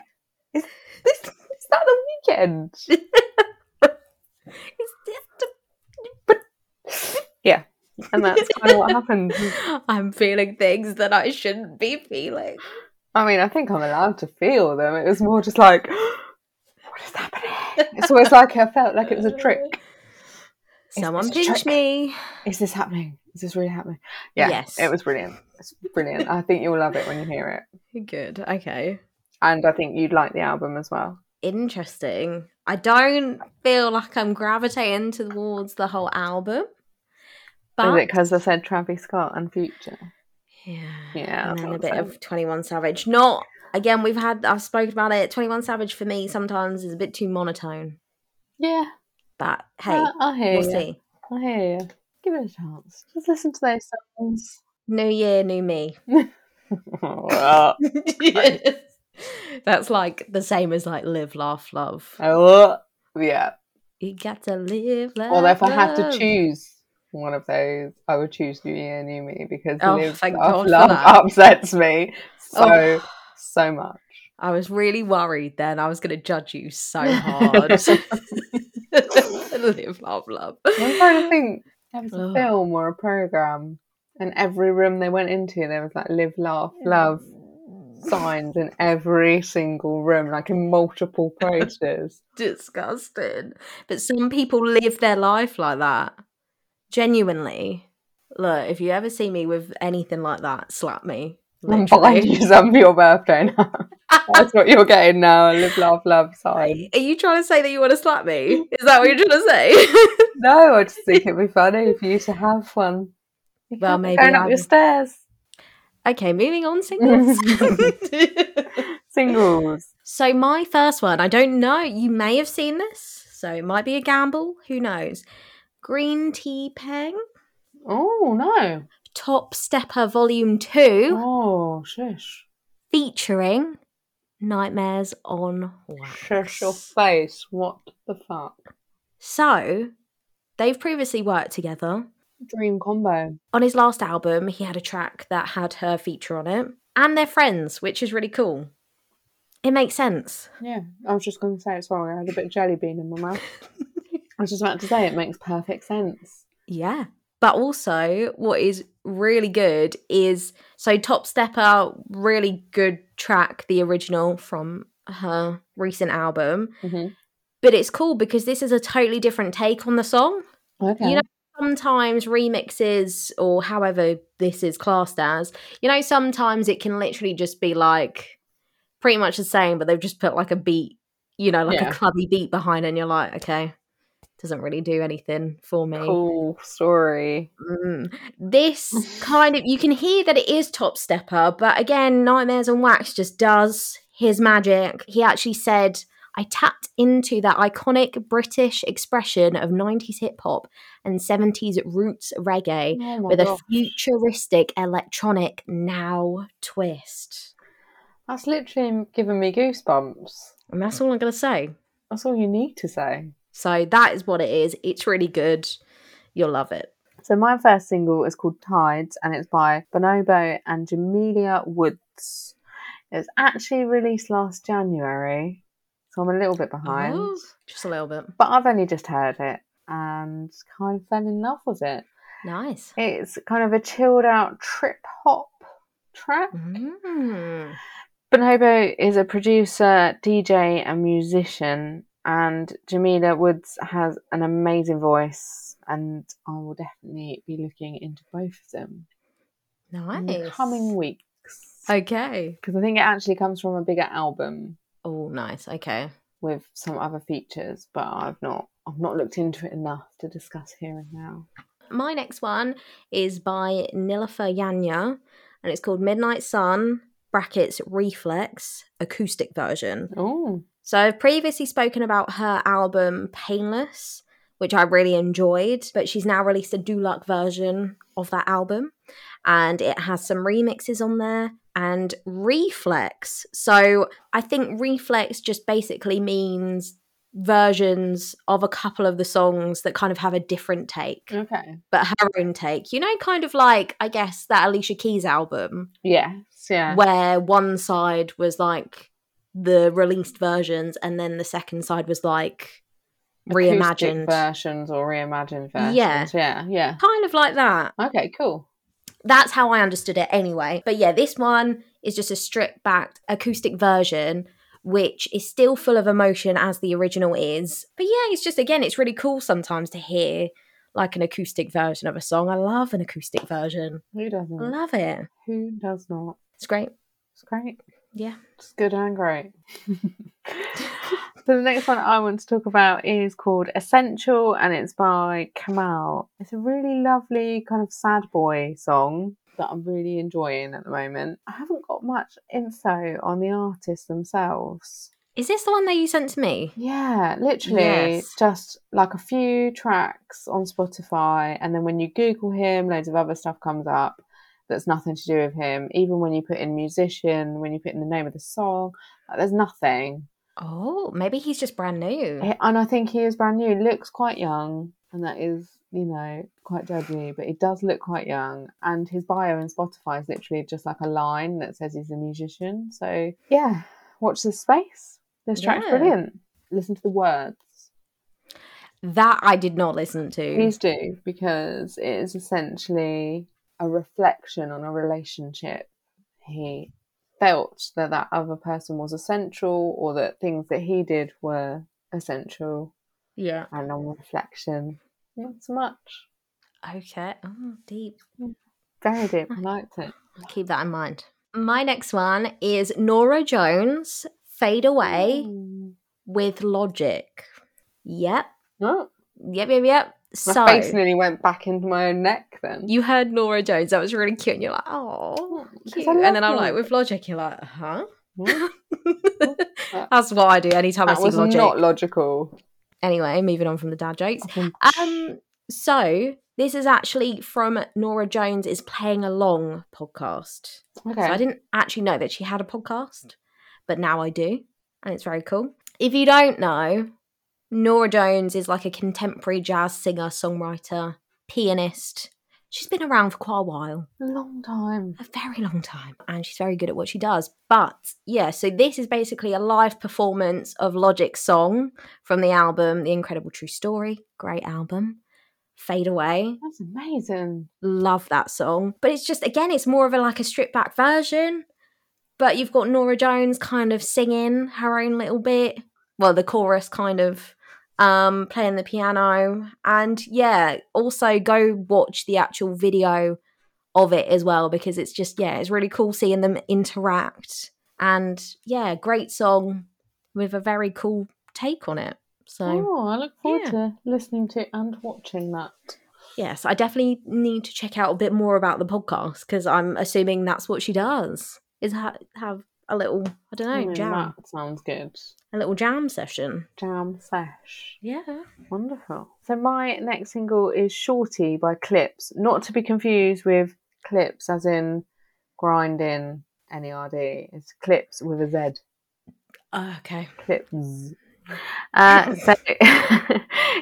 Speaker 3: is this is that the weekend?
Speaker 2: Is this
Speaker 3: And that's kind of what happened.
Speaker 2: the- I'm feeling things that I shouldn't be feeling.
Speaker 3: I mean, I think I'm allowed to feel them. It was more just like, what is happening? It's almost like I felt like it was a trick. Is
Speaker 2: Someone
Speaker 3: this a
Speaker 2: pinch
Speaker 3: trick?
Speaker 2: me.
Speaker 3: Is this happening? Is this really happening? Yeah,
Speaker 2: Yes.
Speaker 3: it was brilliant. It's brilliant. I think you'll love it when you hear it,
Speaker 2: Good. Okay.
Speaker 3: and I think you'd like the album as well.
Speaker 2: Interesting. I don't feel like I'm gravitating towards the whole album.
Speaker 3: Is
Speaker 2: But
Speaker 3: it because I said Travis Scott and Future?
Speaker 2: yeah. and
Speaker 3: Yeah, that's
Speaker 2: then a
Speaker 3: what I'm
Speaker 2: bit
Speaker 3: saying.
Speaker 2: of 21 Savage. Not again, we've had I've spoken about it. 21 Savage for me sometimes is a bit too monotone.
Speaker 3: yeah.
Speaker 2: But hey,
Speaker 3: I, I hear
Speaker 2: we'll
Speaker 3: you.
Speaker 2: see.
Speaker 3: I hear you. Give it a chance. Just listen to those songs.
Speaker 2: New year, new me.
Speaker 3: oh,
Speaker 2: That's like the same as like live, laugh, love.
Speaker 3: yeah.
Speaker 2: You got to live, laugh.
Speaker 3: Well, if I had to
Speaker 2: love.
Speaker 3: choose one of those, I would choose New Year, New Me because
Speaker 2: Oh,
Speaker 3: Live,
Speaker 2: thank
Speaker 3: Laugh,
Speaker 2: God for
Speaker 3: Love
Speaker 2: that.
Speaker 3: upsets me so,
Speaker 2: Oh.
Speaker 3: so much.
Speaker 2: I was really worried then I was going to judge you so hard. live, love, love.
Speaker 3: I'm trying to think. There was a
Speaker 2: Ugh.
Speaker 3: film or a program, and every room they went into, there was like Live, Laugh, Love signs in every single room, like in multiple posters.
Speaker 2: Disgusting. But some people live their life like that. Genuinely. Look, if you ever see me with anything like that, slap me.
Speaker 3: I'm buying
Speaker 2: Literally.
Speaker 3: you some for your birthday now. That's what you're getting now. a Live, laugh, love sign.
Speaker 2: Are you trying to say that you want to slap me? Is that what you're trying to say?
Speaker 3: No, I just think it'd be funny for you to have one. You
Speaker 2: Well,
Speaker 3: can't be
Speaker 2: maybe
Speaker 3: going up
Speaker 2: I
Speaker 3: your
Speaker 2: will.
Speaker 3: stairs.
Speaker 2: okay, moving on, singles.
Speaker 3: Singles.
Speaker 2: so, my first one, I don't know. You may have seen this, so it might be a gamble. Who knows? Green Tea Peng,
Speaker 3: Oh no.
Speaker 2: Top Stepper Volume 2,
Speaker 3: Oh shush.
Speaker 2: featuring Nightmares on Wax.
Speaker 3: Shush your face. What the fuck?
Speaker 2: So, they've previously worked together.
Speaker 3: Dream combo.
Speaker 2: On his last album, he had a track that had her feature on it, and they're friends, which is really cool. It makes sense.
Speaker 3: Yeah. I was just gonna say it sorry, I had a bit of jelly bean in my mouth. I was just about to say it makes perfect sense.
Speaker 2: Yeah. But also, what is really good is so Top Stepper, really good track, the original from her recent album.
Speaker 3: Mhm.
Speaker 2: But it's cool because this is a totally different take on the song.
Speaker 3: Okay.
Speaker 2: You know, sometimes remixes or however this is classed as, you know, sometimes it can literally just be like pretty much the same, but they've just put like a beat, you know, like
Speaker 3: Yeah.
Speaker 2: a clubby beat behind, it and you're like, okay, doesn't really do anything for me.
Speaker 3: cool story.
Speaker 2: Mm. This kind of you can hear that it is top stepper, but again, Nightmares on Wax just does his magic. He actually said, I tapped into that iconic British expression of 90s hip hop and 70s roots reggae
Speaker 3: Oh my
Speaker 2: with a
Speaker 3: God.
Speaker 2: futuristic electronic now twist.
Speaker 3: That's literally giving me goosebumps.
Speaker 2: And that's all I'm going to say.
Speaker 3: That's all you need to say.
Speaker 2: So that is what it is. It's really good. You'll love it.
Speaker 3: So my first single is called Tides and it's by Bonobo and Jamelia Woods. It was actually released last January, so I'm a little bit behind.
Speaker 2: Oh, just a little bit.
Speaker 3: But I've only just heard it and kind of fell in love with it.
Speaker 2: Nice.
Speaker 3: It's kind of a chilled out trip hop track.
Speaker 2: Mm.
Speaker 3: Bonobo is a producer, DJ, and musician, and Jamila Woods has an amazing voice, and I will definitely be looking into both of them in
Speaker 2: Nice.
Speaker 3: the coming weeks.
Speaker 2: Okay.
Speaker 3: Because I think it actually comes from a bigger album
Speaker 2: Oh, nice. Okay.
Speaker 3: with some other features, but I've not I've not looked into it enough to discuss here and now.
Speaker 2: My next one is by Nilifer Yanya, and it's called Midnight Sun brackets Reflex acoustic version.
Speaker 3: Oh,
Speaker 2: So I've previously spoken about her album Painless, which I really enjoyed, but she's now released a Duluck version of that album. and it has some remixes on there and reflex. So I think reflex just basically means versions of a couple of the songs that kind of have a different take,
Speaker 3: Okay.
Speaker 2: but her own take. You know, kind of like, I guess, that Alicia Keys album
Speaker 3: Yes. Yeah.
Speaker 2: where one side was like the released versions and then the second side was like
Speaker 3: Acoustic
Speaker 2: reimagined.
Speaker 3: versions or reimagined versions.
Speaker 2: Yeah.
Speaker 3: Yeah. Yeah.
Speaker 2: Kind of like that.
Speaker 3: Okay. Cool.
Speaker 2: That's how I understood it anyway. But yeah, this one is just a stripped back acoustic version, which is still full of emotion as the original is. But yeah, it's just, again, it's really cool sometimes to hear like an acoustic version of a song. I love an acoustic version.
Speaker 3: Who doesn't?
Speaker 2: I love it.
Speaker 3: Who does not?
Speaker 2: It's great.
Speaker 3: It's great.
Speaker 2: Yeah.
Speaker 3: It's good and great. so the next one I want to talk about is called Essential and it's by Kamal. It's a really lovely kind of sad boy song that I'm really enjoying at the moment. I haven't got much info on the artists themselves.
Speaker 2: Is this the one that you sent to me?
Speaker 3: Yeah, literally
Speaker 2: Yes.
Speaker 3: just like a few tracks on Spotify and then when you Google him, loads of other stuff comes up that's nothing to do with him. Even when you put in musician, when you put in the name of the song, like, there's nothing.
Speaker 2: Oh, maybe he's just brand new.
Speaker 3: He- And I think he is brand new. Looks quite young, and that is, you know, quite dodgy, but he does look quite young. And his bio on Spotify is literally just like a line that says he's a musician. So yeah, watch this space. This track's
Speaker 2: Yeah.
Speaker 3: brilliant. Listen to the words.
Speaker 2: That I did not listen to.
Speaker 3: Please do, because it is essentially a reflection on a relationship. He felt that that other person was essential, or that things that he did were essential.
Speaker 2: yeah.
Speaker 3: and on reflection. Not so much.
Speaker 2: Okay. Oh, deep.
Speaker 3: Very deep. I liked it.
Speaker 2: Keep that in mind. My next one is Nora Jones, Fade Away
Speaker 3: Mm.
Speaker 2: with Logic. Yep.
Speaker 3: Oh,
Speaker 2: Yep, yep, yep.
Speaker 3: my
Speaker 2: so
Speaker 3: face nearly went back into my own neck then.
Speaker 2: you heard Nora Jones. That was really cute. And you're like, oh,
Speaker 3: 'cause I
Speaker 2: cute. And then
Speaker 3: love
Speaker 2: I'm like,
Speaker 3: Logic.
Speaker 2: with Logic, you're like, huh?
Speaker 3: Mm.
Speaker 2: That's what I do anytime I
Speaker 3: that
Speaker 2: see
Speaker 3: was
Speaker 2: Logic.
Speaker 3: not logical.
Speaker 2: anyway, moving on from the dad jokes.
Speaker 3: Fucking
Speaker 2: Um, so this is actually from Nora Jones is playing along podcast.
Speaker 3: okay.
Speaker 2: So I didn't actually know that she had a podcast, but now I do, and it's very cool. If you don't know, Nora Jones is like a contemporary jazz singer, songwriter, pianist. She's been around for quite a while
Speaker 3: Long time.
Speaker 2: a very long time and she's very good at what she does but yeah so this is basically a live performance of logic's song from the album the incredible true story great album fade away
Speaker 3: That's amazing.
Speaker 2: love that song but it's just again it's more of a like a stripped back version but you've got nora jones kind of singing her own little bit well the chorus kind of um playing the piano and yeah also go watch the actual video of it as well because it's just yeah it's really cool seeing them interact and yeah great song with a very cool take on it so
Speaker 3: oh, I look forward
Speaker 2: yeah.
Speaker 3: to listening to and watching that.
Speaker 2: Yes, I definitely need to check out a bit more about the podcast because I'm assuming that's what she does is ha- have a little, I don't know,
Speaker 3: Mm,
Speaker 2: Oh, jam,
Speaker 3: That sounds good.
Speaker 2: a little jam session.
Speaker 3: Jam sesh.
Speaker 2: Yeah.
Speaker 3: Wonderful. So my next single is Shorty by Clips, not to be confused with Clips as in grinding N-E-R-D. It's Clips with a Z. Oh,
Speaker 2: okay.
Speaker 3: Clips. Uh, so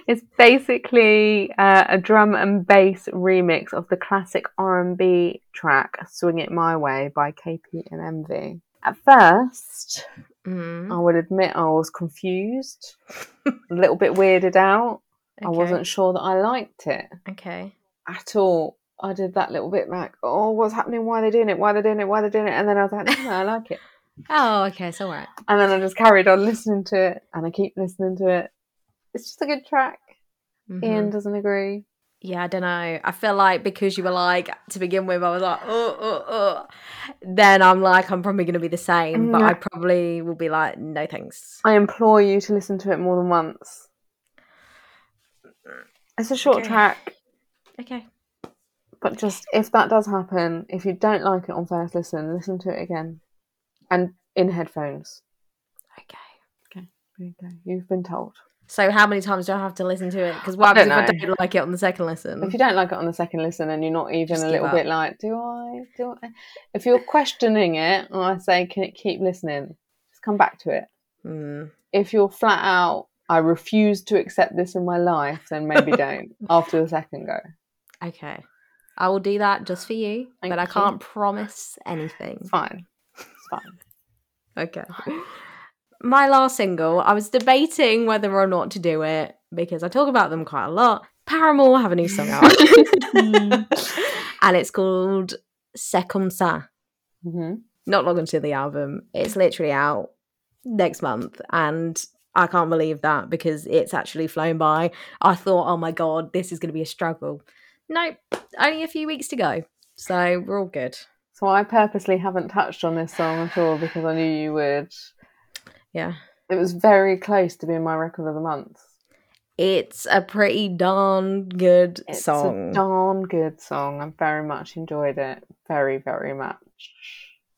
Speaker 3: it's basically uh, a drum and bass remix of the classic R&B track "Swing It My Way" by KP and Envy. At first,
Speaker 2: Mm.
Speaker 3: I would admit I was confused, a little bit weirded out. I
Speaker 2: okay,
Speaker 3: wasn't sure that I liked it
Speaker 2: Okay.
Speaker 3: at all. I did that little bit like, oh, what's happening? Why are they doing it? Why are they doing it? Why are they doing it? And then I was like, no, no, I like it.
Speaker 2: Oh, okay. It's all right.
Speaker 3: And then I just carried on listening to it and I keep listening to it. It's just a good track.
Speaker 2: Mhm.
Speaker 3: Ian doesn't agree.
Speaker 2: Yeah, I don't know. I feel like because you were like, to begin with, I was like, oh, oh, oh. Then I'm like, I'm probably going to be the same, but
Speaker 3: Yeah.
Speaker 2: I probably will be like, no thanks.
Speaker 3: I implore you to listen to it more than once. It's a short
Speaker 2: Okay.
Speaker 3: track,
Speaker 2: Okay.
Speaker 3: but just if that does happen, if you don't like it on first listen, listen to it again. And in headphones.
Speaker 2: Okay.
Speaker 3: There you go. You've been told.
Speaker 2: So how many times do I have to listen to it? Because what
Speaker 3: I don't
Speaker 2: happens if I
Speaker 3: know.
Speaker 2: don't like it on the second listen?
Speaker 3: If you don't like it on the second listen and you're not even
Speaker 2: Mm-hmm. Just
Speaker 3: a
Speaker 2: give
Speaker 3: little
Speaker 2: up.
Speaker 3: bit like, do I, do I? If you're questioning it, I say, can it keep listening? Just come back to it.
Speaker 2: Mm.
Speaker 3: If you're flat out, I refuse to accept this in my life, then maybe don't after the second go.
Speaker 2: Okay. I will do that just for you,
Speaker 3: Thank
Speaker 2: but I
Speaker 3: you.
Speaker 2: can't promise anything.
Speaker 3: It's fine. It's fine.
Speaker 2: Okay. My last single, I was debating whether or not to do it because I talk about them quite a lot. Paramore have a new song out. Mm. and it's called C'est comme ça.
Speaker 3: hmm
Speaker 2: Not long into the album. It's literally out next month. And I can't believe that because it's actually flown by. I thought, oh my God, this is going to be a struggle. Nope, only a few weeks to go. So we're all good.
Speaker 3: So I purposely haven't touched on this song at all because I knew you would.
Speaker 2: Yeah.
Speaker 3: It was very close to being my record of the month.
Speaker 2: It's a pretty darn good
Speaker 3: It's
Speaker 2: song.
Speaker 3: a darn good song. I very much enjoyed it. Very, very much.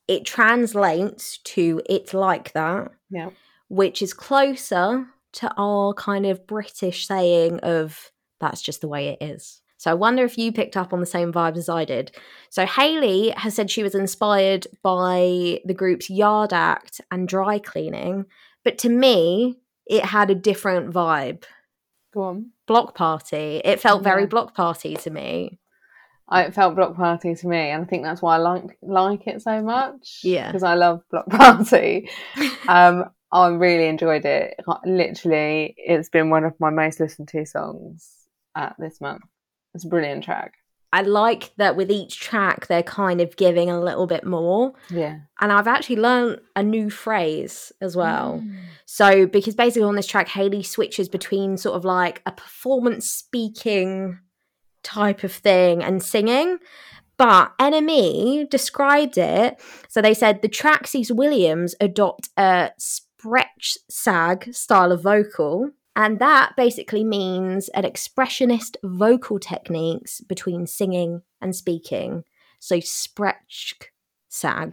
Speaker 2: it translates to it's like that
Speaker 3: Yeah.
Speaker 2: which is closer to our kind of british saying of that's just the way it is so i wonder if you picked up on the same vibes as i did so haley has said she was inspired by the group's yard act and dry cleaning but to me it had a different vibe
Speaker 3: Go on.
Speaker 2: block party it felt very
Speaker 3: Yeah.
Speaker 2: block party to me
Speaker 3: I, it felt block party to me, and I think that's why I like like it so much.
Speaker 2: Yeah.
Speaker 3: because I love block party. um, I really enjoyed it. I- Literally, it's been one of my most listened to songs uh, this month. It's a brilliant track.
Speaker 2: i like that with each track they're kind of giving a little bit more
Speaker 3: Yeah.
Speaker 2: and I've actually learned a new phrase as
Speaker 3: Mm.
Speaker 2: well. So because basically on this track, Haley switches between sort of like a performance speaking type of thing and singing. But Enemy described it. So they said the track sees Williams adopt a stretch sag style of vocal. And that basically means an expressionist vocal techniques between singing and speaking. So stretch sag.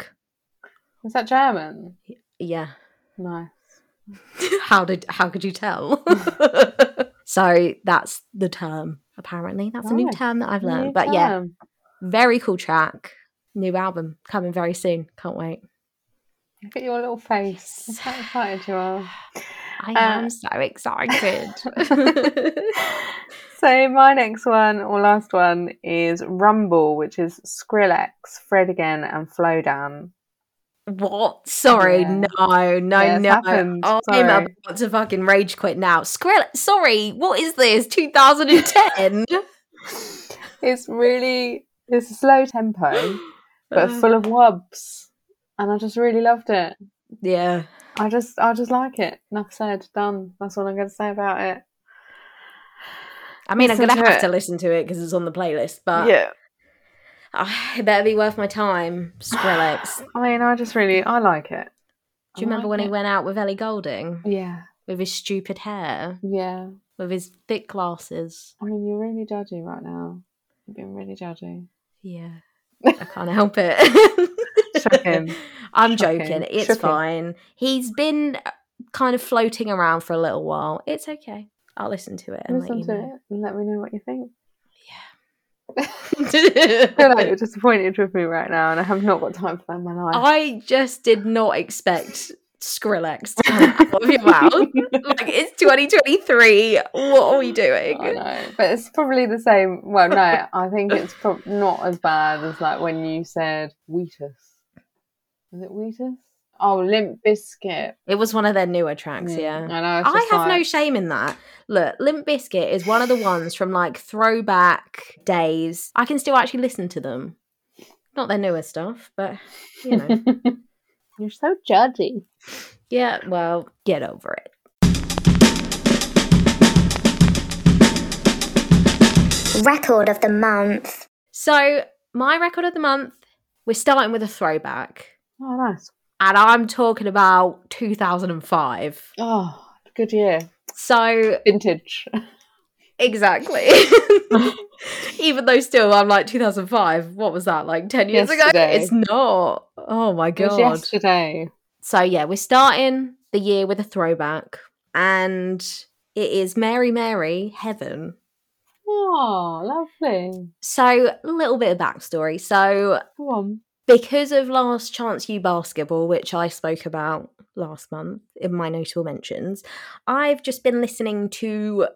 Speaker 3: Is that German?
Speaker 2: Yeah.
Speaker 3: Nice.
Speaker 2: how did how could you tell? so that's the term. Apparently, that's a new
Speaker 3: Nice.
Speaker 2: term that I've learned.
Speaker 3: New
Speaker 2: But yeah,
Speaker 3: term.
Speaker 2: very cool track. New album coming very soon. Can't wait.
Speaker 3: Look at your little face. Look how excited you are.
Speaker 2: I
Speaker 3: Uh,
Speaker 2: am so excited.
Speaker 3: so my next one or last one is Rumble, which is Skrillex, Fred again, and Flowdown.
Speaker 2: what? Sorry,
Speaker 3: Yeah.
Speaker 2: no, no,
Speaker 3: Yeah, it's
Speaker 2: no.
Speaker 3: happened.
Speaker 2: I'm
Speaker 3: Sorry.
Speaker 2: about to fucking rage quit now. Skrill. Sorry, what is this? 2010.
Speaker 3: It's really it's a slow tempo, but
Speaker 2: Uh-huh.
Speaker 3: full of wubs, and I just really loved it.
Speaker 2: yeah.
Speaker 3: I just I just like it. Enough said, done. That's all I'm going to say about it.
Speaker 2: I mean, I'm
Speaker 3: Listen
Speaker 2: gonna
Speaker 3: to
Speaker 2: have
Speaker 3: it.
Speaker 2: to listen to it because it's on the playlist. But Ah, it better be worth my time, Skrillex.
Speaker 3: I mean, I just really I like it.
Speaker 2: Do you remember when he went out with Ellie Golding
Speaker 3: he? Yeah,
Speaker 2: with his stupid hair,
Speaker 3: yeah.
Speaker 2: with his thick glasses?
Speaker 3: I mean, you're really judgy right now. You've been really judgy.
Speaker 2: Yeah, I can't help it.
Speaker 3: Shocking.
Speaker 2: I'm
Speaker 3: Shocking.
Speaker 2: joking. It's
Speaker 3: Shocking.
Speaker 2: fine. He's been uh, kind of floating around for a little while. It's okay. I'll listen to it and
Speaker 3: Listen
Speaker 2: let you
Speaker 3: to
Speaker 2: know.
Speaker 3: it and let me know what you think.
Speaker 2: Yeah.
Speaker 3: I feel like you're disappointed with me right now, and I have not got time for that in my life.
Speaker 2: I just did not expect Skrillex to come out of your mouth. Like, it's 2023. What are we doing?
Speaker 3: I know, but it's probably the same. Well, no, I think it's prob- not as bad as like when you said Wheatus. Is it Wheatus? Oh, Limp Biscuit.
Speaker 2: It was one of their newer tracks, yeah.
Speaker 3: I know. It's
Speaker 2: I
Speaker 3: just
Speaker 2: have no
Speaker 3: like,
Speaker 2: shame in that. Look, Limp Biscuit is one of the ones from like throwback days. I can still actually listen to them. Not their newer stuff, but you know.
Speaker 3: You're so judgy.
Speaker 2: yeah, well, get over it.
Speaker 1: Record of the month.
Speaker 2: So, my record of the month, we're starting with a throwback.
Speaker 3: Oh, nice.
Speaker 2: And I'm talking about 2005.
Speaker 3: Oh, good year.
Speaker 2: So,
Speaker 3: Vintage.
Speaker 2: exactly. Even though still I'm like 2005, what was that, like 10 years ago?
Speaker 3: Yesterday.
Speaker 2: It's not. Oh my
Speaker 3: It was
Speaker 2: God.
Speaker 3: yesterday.
Speaker 2: So yeah, we're starting the year with a throwback, and It is Mary Mary Heaven.
Speaker 3: Oh, lovely.
Speaker 2: So, a little bit of backstory. So,
Speaker 3: Go on.
Speaker 2: because of Last Chance U Basketball, which I spoke about last month in my notable mentions, I've just been listening to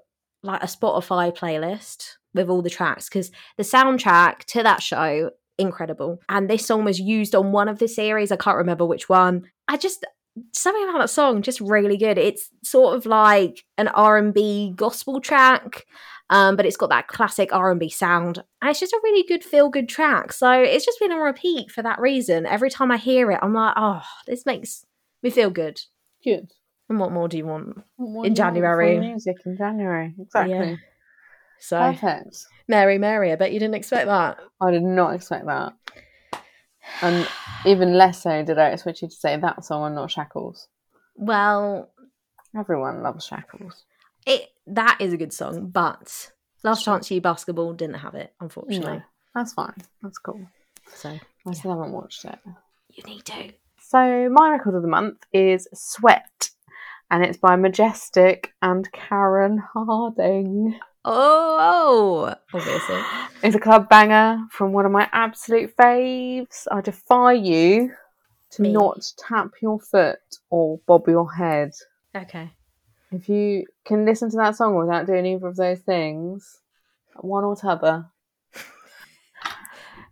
Speaker 2: like a Spotify playlist with all the tracks because the soundtrack to that show incredible, and this song was used on one of the series. I can't remember which one. I just something about that song just really good. It's sort of like an R and B gospel track. Um, but it's got that classic R&B sound. And it's just a really good feel-good track. So it's just been on repeat for that reason. Every time I hear it, I'm like, oh, this makes me feel good.
Speaker 3: Good.
Speaker 2: And what more do you want?
Speaker 3: What
Speaker 2: In
Speaker 3: do you want for
Speaker 2: January.
Speaker 3: Music in January. Exactly.
Speaker 2: Yeah. So
Speaker 3: Perfect.
Speaker 2: Mary, Mary, I bet you didn't expect that.
Speaker 3: I did not expect that. And even less so did I expect you to say that song and not Shackles.
Speaker 2: Well,
Speaker 3: Everyone loves Shackles.
Speaker 2: it that is a good song, but Last Chance You Basketball didn't have it, unfortunately.
Speaker 3: No, that's fine. That's cool.
Speaker 2: So
Speaker 3: I still haven't watched it.
Speaker 2: you need to.
Speaker 3: So my record of the month is Sweat, and it's by Majestic and Karen Harding.
Speaker 2: Oh, obviously.
Speaker 3: It's a club banger from one of my absolute faves. I defy you to
Speaker 2: Me.
Speaker 3: not tap your foot or bob your head.
Speaker 2: Okay.
Speaker 3: If you can listen to that song without doing either of those things, one or t'other,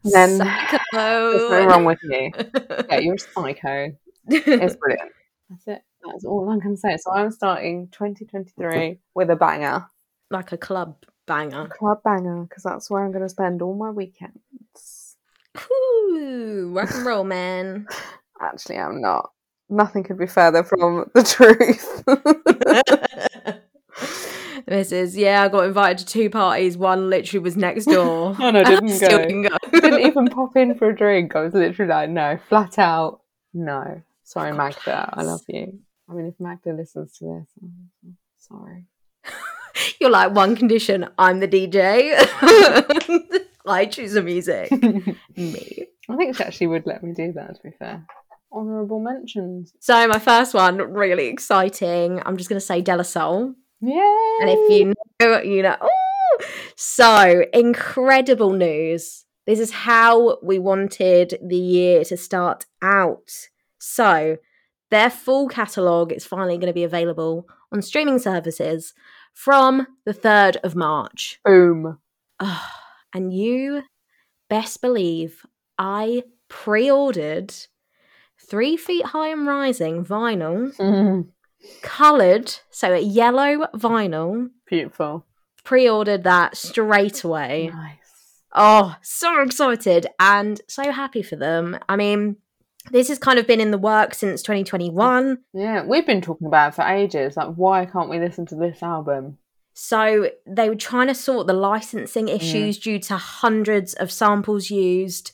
Speaker 3: Then- there's no wrong
Speaker 2: Psycho.
Speaker 3: with you. Yeah, you're a psycho. It's brilliant. That's it. That's all I can say. So I'm starting 2023 with a banger,
Speaker 2: like a club banger.
Speaker 3: club banger, because that's where I'm going to spend all my weekends.
Speaker 2: Ooh, rock and roll, man.
Speaker 3: Actually, I'm not. Nothing could be further from the truth.
Speaker 2: this is yeah. I got invited to two parties. One literally was next door.
Speaker 3: And I didn't
Speaker 2: Still
Speaker 3: go.
Speaker 2: didn't go.
Speaker 3: Didn't even pop in for a drink. I was literally like, no, flat out, no. Sorry,
Speaker 2: Got
Speaker 3: Magda. I
Speaker 2: plans.
Speaker 3: love you. I mean, if Magda listens to this, I'm I'm sorry.
Speaker 2: You're like one condition. I'm the DJ. I choose the music. Me.
Speaker 3: I think she actually would let me do that, to be fair. Honourable mentions.
Speaker 2: So my first one, really exciting. I'm just gonna say De La Soul.
Speaker 3: Yay!
Speaker 2: And if you know, you know. Ooh! So, incredible news. This is how we wanted the year to start out. So, their full catalogue is finally going to be available on streaming services from the 3rd of March.
Speaker 3: Boom.
Speaker 2: Ugh, and you best believe I pre ordered Three Feet High and Rising vinyl,
Speaker 3: Mm,
Speaker 2: coloured, so a yellow vinyl
Speaker 3: beautiful.
Speaker 2: pre-ordered that straight away.
Speaker 3: Nice.
Speaker 2: Oh, so excited and so happy for them. I mean, this has kind of been in the work since 2021.
Speaker 3: Yeah, we've been talking about it for ages. Like, why can't we listen to this album?
Speaker 2: So they were trying to sort the licensing issues due to hundreds of samples used.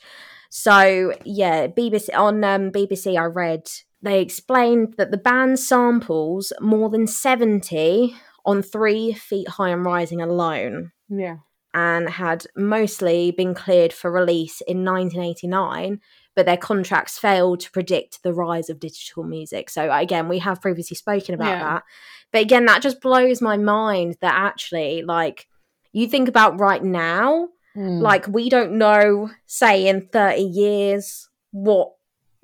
Speaker 2: So yeah, BBC on um, BBC I read they explained that the band samples more than 70 on 3 feet high and rising alone.
Speaker 3: Yeah.
Speaker 2: and had mostly been cleared for release in 1989, but their contracts failed to predict the rise of digital music. So, again, we have previously spoken about
Speaker 3: Yeah.
Speaker 2: that. But again, that just blows my mind that actually, like, you think about right now,
Speaker 3: Mm.
Speaker 2: like, we don't know, say, in 30 years, what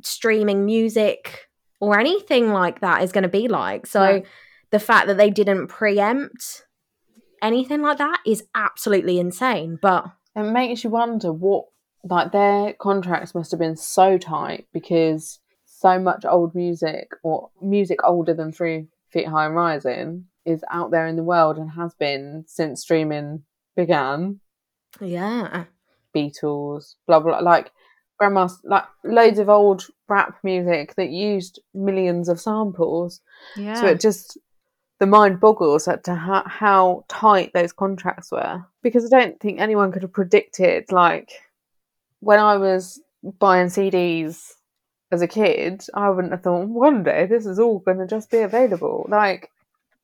Speaker 2: streaming music or anything like that is going to be like. So,
Speaker 3: No.
Speaker 2: the fact that they didn't preempt anything like that is absolutely insane. But
Speaker 3: it makes you wonder what like their contracts must have been so tight because so much old music or music older than three feet high and rising is out there in the world and has been since streaming began
Speaker 2: yeah,
Speaker 3: beatles blah blah like grandma's like loads of old rap music that used millions of samples
Speaker 2: yeah,
Speaker 3: so it just the mind boggles at to how, how tight those contracts were because I don't think anyone could have predicted. Like when I was buying CDs as a kid, I wouldn't have thought one day this is all going to just be available. Like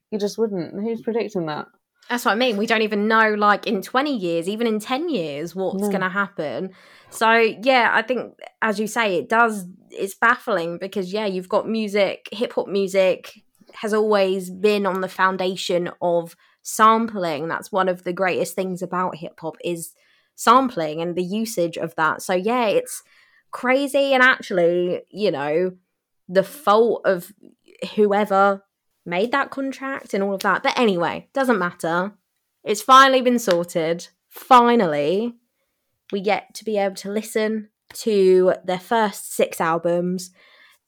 Speaker 3: you just wouldn't. Who's predicting that?
Speaker 2: that's what I mean. We don't even know, like, in 20 years, even in 10 years, what's
Speaker 3: No.
Speaker 2: going to happen. So, yeah, I think, as you say, it does, it's baffling because, yeah, you've got music, hip hop music, has always been on the foundation of sampling. That's one of the greatest things about hip hop is sampling and the usage of that. So yeah, it's crazy and actually, you know, the fault of whoever made that contract and all of that. But anyway, doesn't matter. It's finally been sorted. Finally, we get to be able to listen to their first six albums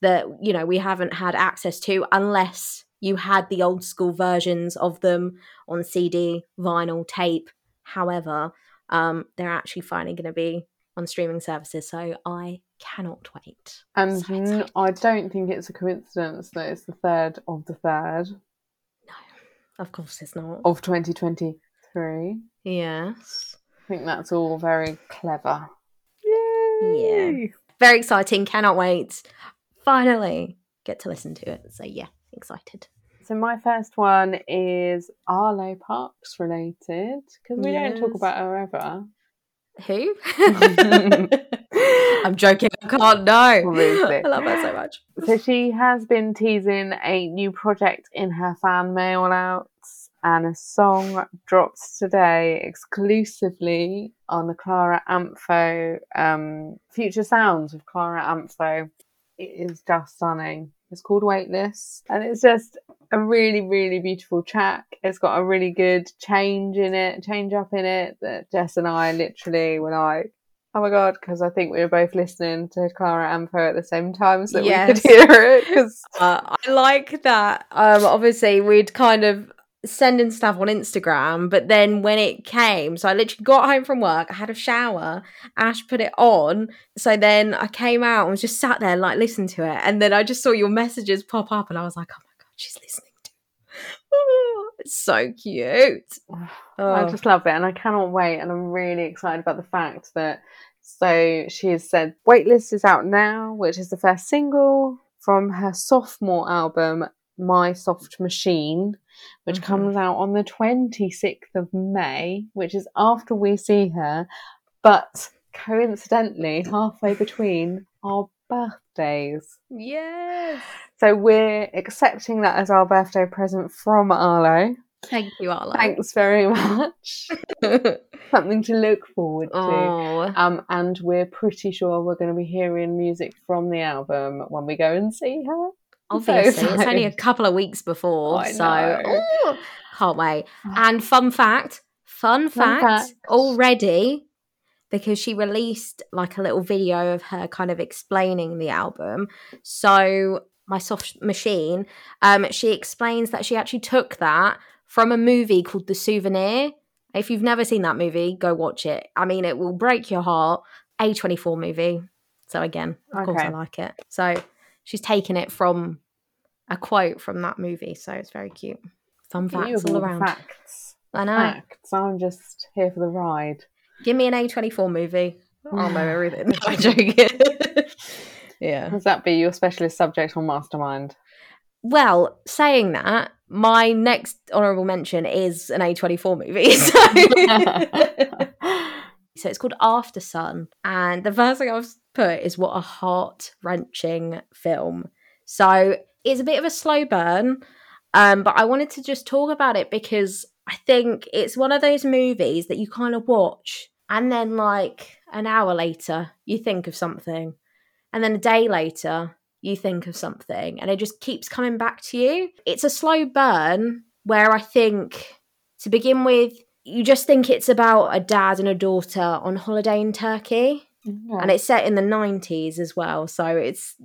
Speaker 2: that, you know, we haven't had access to unless you had the old school versions of them on CD, vinyl, tape. However, um, they're actually finally going to be on streaming services. So I cannot wait.
Speaker 3: And
Speaker 2: So
Speaker 3: n-
Speaker 2: excited.
Speaker 3: I don't think it's a coincidence that it's the third of the third
Speaker 2: Of course, it's not.
Speaker 3: of 2023.
Speaker 2: Yes.
Speaker 3: I think that's all very clever.
Speaker 2: Yay! Very exciting. Cannot wait. Finally get to listen to it. So, yeah, excited.
Speaker 3: So my first one is Arlo Parks related because we don't talk
Speaker 2: Yes.
Speaker 3: about her ever.
Speaker 2: Who? I'm joking. I can't know.
Speaker 3: Obviously.
Speaker 2: I love her so much.
Speaker 3: So she has been teasing a new project in her fan mail outs, and a song drops today exclusively on the Clara Ampho um, Future Sounds with Clara Ampho. It is just stunning. It's called Weightless, and it's just a really, really beautiful track. It's got a really good change in it, change up in it that Jess and I literally were like, Oh my god! Because I think we were both listening to Clara Ampo at the same time, so that
Speaker 2: Yes.
Speaker 3: we could hear it. Because
Speaker 2: Uh, I like that. Um, obviously, we'd kind of send in stuff on Instagram, but then when it came, so I literally got home from work, I had a shower, Ash put it on. So then I came out and was just sat there, like, listening to it. And then I just saw your messages pop up, and I was like, oh my God, she's listening to it. It's so cute.
Speaker 3: I
Speaker 2: Oh,
Speaker 3: just love it, and I cannot wait. And I'm really excited about the fact that so she has said "Waitlist" is out now, which is the first single from her sophomore album "My Soft Machine," which
Speaker 2: Mhm.
Speaker 3: comes out on the 26th of May, which is after we see her. But coincidentally, halfway between our birthdays.
Speaker 2: yes.
Speaker 3: So we're accepting that as our birthday present from Arlo.
Speaker 2: Thank you, Arlo.
Speaker 3: Thanks very much. Something to look forward to.
Speaker 2: oh,
Speaker 3: Um, and we're pretty sure we're going to be hearing music from the album when we go and see her.
Speaker 2: obviously, it's only a
Speaker 3: excited.
Speaker 2: couple of weeks before,
Speaker 3: I
Speaker 2: so
Speaker 3: know. Mm.
Speaker 2: Ooh, can't wait. And fun fact, fun fact,
Speaker 3: fact.
Speaker 2: already because she released like a little video of her kind of explaining the album. So my soft machine, um, she explains that she actually took that from a movie called The Souvenir. If you've never seen that movie, go watch it. I mean, it will break your heart. A24 movie. So again, of course, I
Speaker 3: Okay.
Speaker 2: like it. So she's taken it from a quote from that movie. So it's very cute. Fun
Speaker 3: Look at you
Speaker 2: facts
Speaker 3: with
Speaker 2: all
Speaker 3: the
Speaker 2: around.
Speaker 3: Facts.
Speaker 2: I know.
Speaker 3: Facts. I'm just here for the ride.
Speaker 2: Give me an A24 movie. I'll know everything. No, I'm joking. yeah.
Speaker 3: Does that be your specialist subject on Mastermind?
Speaker 2: Well, saying that, my next honourable mention is an A24 movie. So, so it's called After Sun. And the first thing I've put is what a heart wrenching film. So it's a bit of a slow burn, um, but I wanted to just talk about it because I think it's one of those movies that you kind of watch and then, like, an hour later, you think of something. And then a day later, you think of something and it just keeps coming back to you. It's a slow burn where I think to begin with, you just think it's about a dad and a daughter on holiday in Turkey. And it's set in the 90s as well. So it's,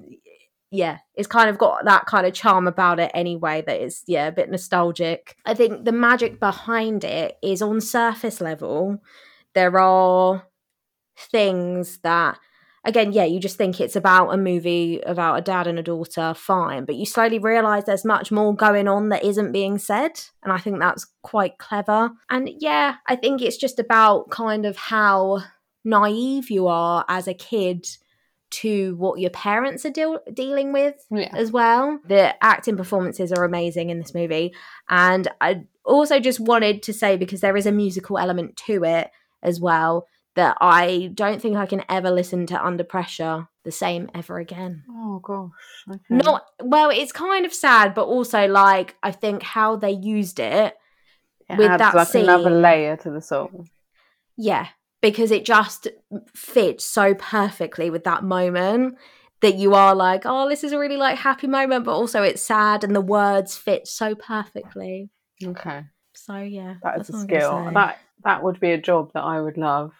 Speaker 2: yeah, it's kind of got that kind of charm about it anyway, that it's, yeah, a bit nostalgic. I think the magic behind it is on surface level, there are things that, again, yeah, you just think it's about a movie about a dad and a daughter, fine. But you slowly realize there's much more going on that isn't being said. And I think that's quite clever. And yeah, I think it's just about kind of how naive you are as a kid to what your parents are deal- dealing with
Speaker 3: yeah.
Speaker 2: as well. The acting performances are amazing in this movie. And I also just wanted to say, because there is a musical element to it as well, that I don't think I can ever listen to Under Pressure the same ever again.
Speaker 3: Oh gosh. Okay.
Speaker 2: Not well, it's kind of sad, but also like I think how they used it,
Speaker 3: It
Speaker 2: with
Speaker 3: adds
Speaker 2: that
Speaker 3: like another
Speaker 2: scene-
Speaker 3: layer to the song.
Speaker 2: yeah, because it just fits so perfectly with that moment that you are like, oh, this is a really like happy moment, but also it's sad and the words fit so perfectly.
Speaker 3: Okay.
Speaker 2: So yeah,
Speaker 3: That is
Speaker 2: that's all
Speaker 3: a
Speaker 2: I'm gonna
Speaker 3: skill.
Speaker 2: say.
Speaker 3: That that would be a job that I would love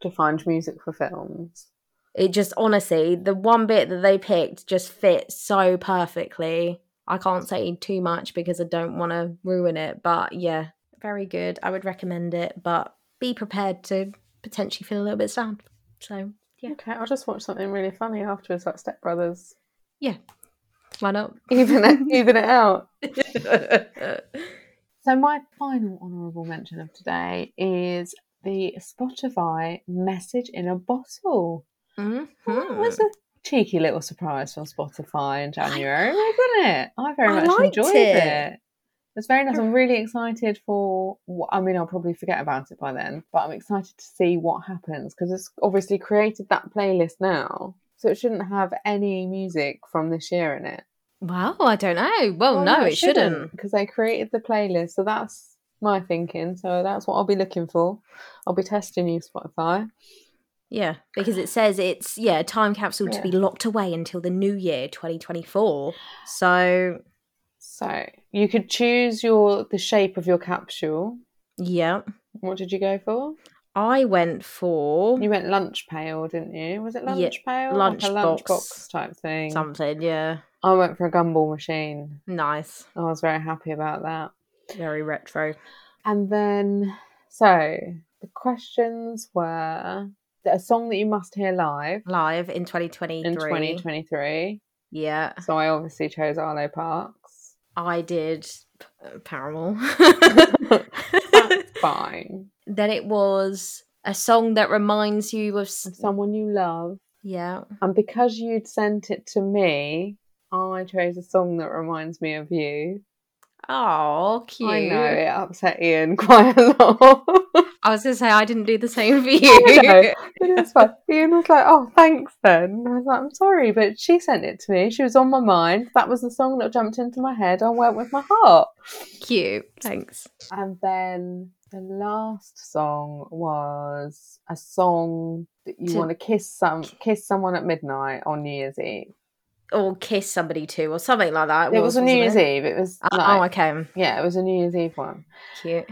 Speaker 3: to find music for films.
Speaker 2: It just honestly, the one bit that they picked just fits so perfectly. I can't say too much because I don't want to ruin it, but yeah, very good. I would recommend it, but be prepared to potentially feel a little bit sad. So Yeah.
Speaker 3: Okay, I'll just watch something really funny afterwards, like Step Brothers.
Speaker 2: why not? Uh,
Speaker 3: Even it, even it out.
Speaker 2: okay.
Speaker 3: So my final honourable mention of today is the Spotify message in a bottle.
Speaker 2: mm-hmm. Hmm.
Speaker 3: That was a cheeky little surprise from Spotify in January, wasn't Oh, it? I very
Speaker 2: I
Speaker 3: much
Speaker 2: liked
Speaker 3: enjoyed
Speaker 2: it.
Speaker 3: it. It's very nice. I'm really excited for. wh- I mean, I'll probably forget about it by then, but I'm excited to see what happens because it's obviously created that playlist now, so it shouldn't have any music from this year in it.
Speaker 2: Well, I don't know. Well, Oh, no, it shouldn't.
Speaker 3: because they created the playlist. So that's my thinking. So that's what I'll be looking for. I'll be testing you, Spotify.
Speaker 2: Yeah, because it says it's yeah, a time capsule to
Speaker 3: Yeah.
Speaker 2: be locked away until the new year 2024. So,
Speaker 3: So you could choose your the shape of your capsule.
Speaker 2: yeah,
Speaker 3: What did you go for?
Speaker 2: I went for
Speaker 3: You went lunch pail, didn't you? Was it
Speaker 2: Yeah,
Speaker 3: lunch pail? Like a
Speaker 2: lunchbox.
Speaker 3: lunchbox type thing.
Speaker 2: something, yeah.
Speaker 3: I went for a gumball machine.
Speaker 2: Nice.
Speaker 3: I was very happy about that.
Speaker 2: Very retro.
Speaker 3: And then, so the questions were a song that you must hear live
Speaker 2: Live in 2023.
Speaker 3: in 2023.
Speaker 2: Yeah,
Speaker 3: So I obviously chose Arlo Parks.
Speaker 2: I did P- uh, Paramore.
Speaker 3: That's fine.
Speaker 2: then it was a song that reminds you of. s-
Speaker 3: Someone you love.
Speaker 2: Yeah.
Speaker 3: And because you'd sent it to me, I chose a song that reminds me of you.
Speaker 2: Oh, cute.
Speaker 3: I know it upset Ian quite a lot.
Speaker 2: I was going to say, I didn't do the same for
Speaker 3: know.
Speaker 2: you.
Speaker 3: but it was fun. Ian was like, "Oh, thanks." Then And I was like, "I'm sorry," but she sent it to me. She was on my mind. That was the song that jumped into my head. I went with my heart.
Speaker 2: cute. Thanks.
Speaker 3: And then the last song was a song that you
Speaker 2: To-
Speaker 3: want to kiss some kiss someone at midnight on New Year's Eve.
Speaker 2: Or kiss somebody too, or something like that.
Speaker 3: It was a
Speaker 2: wasn't
Speaker 3: New Year's
Speaker 2: it?
Speaker 3: Eve. It was
Speaker 2: Oh,
Speaker 3: like-
Speaker 2: okay.
Speaker 3: yeah, it was a New Year's Eve one.
Speaker 2: Cute.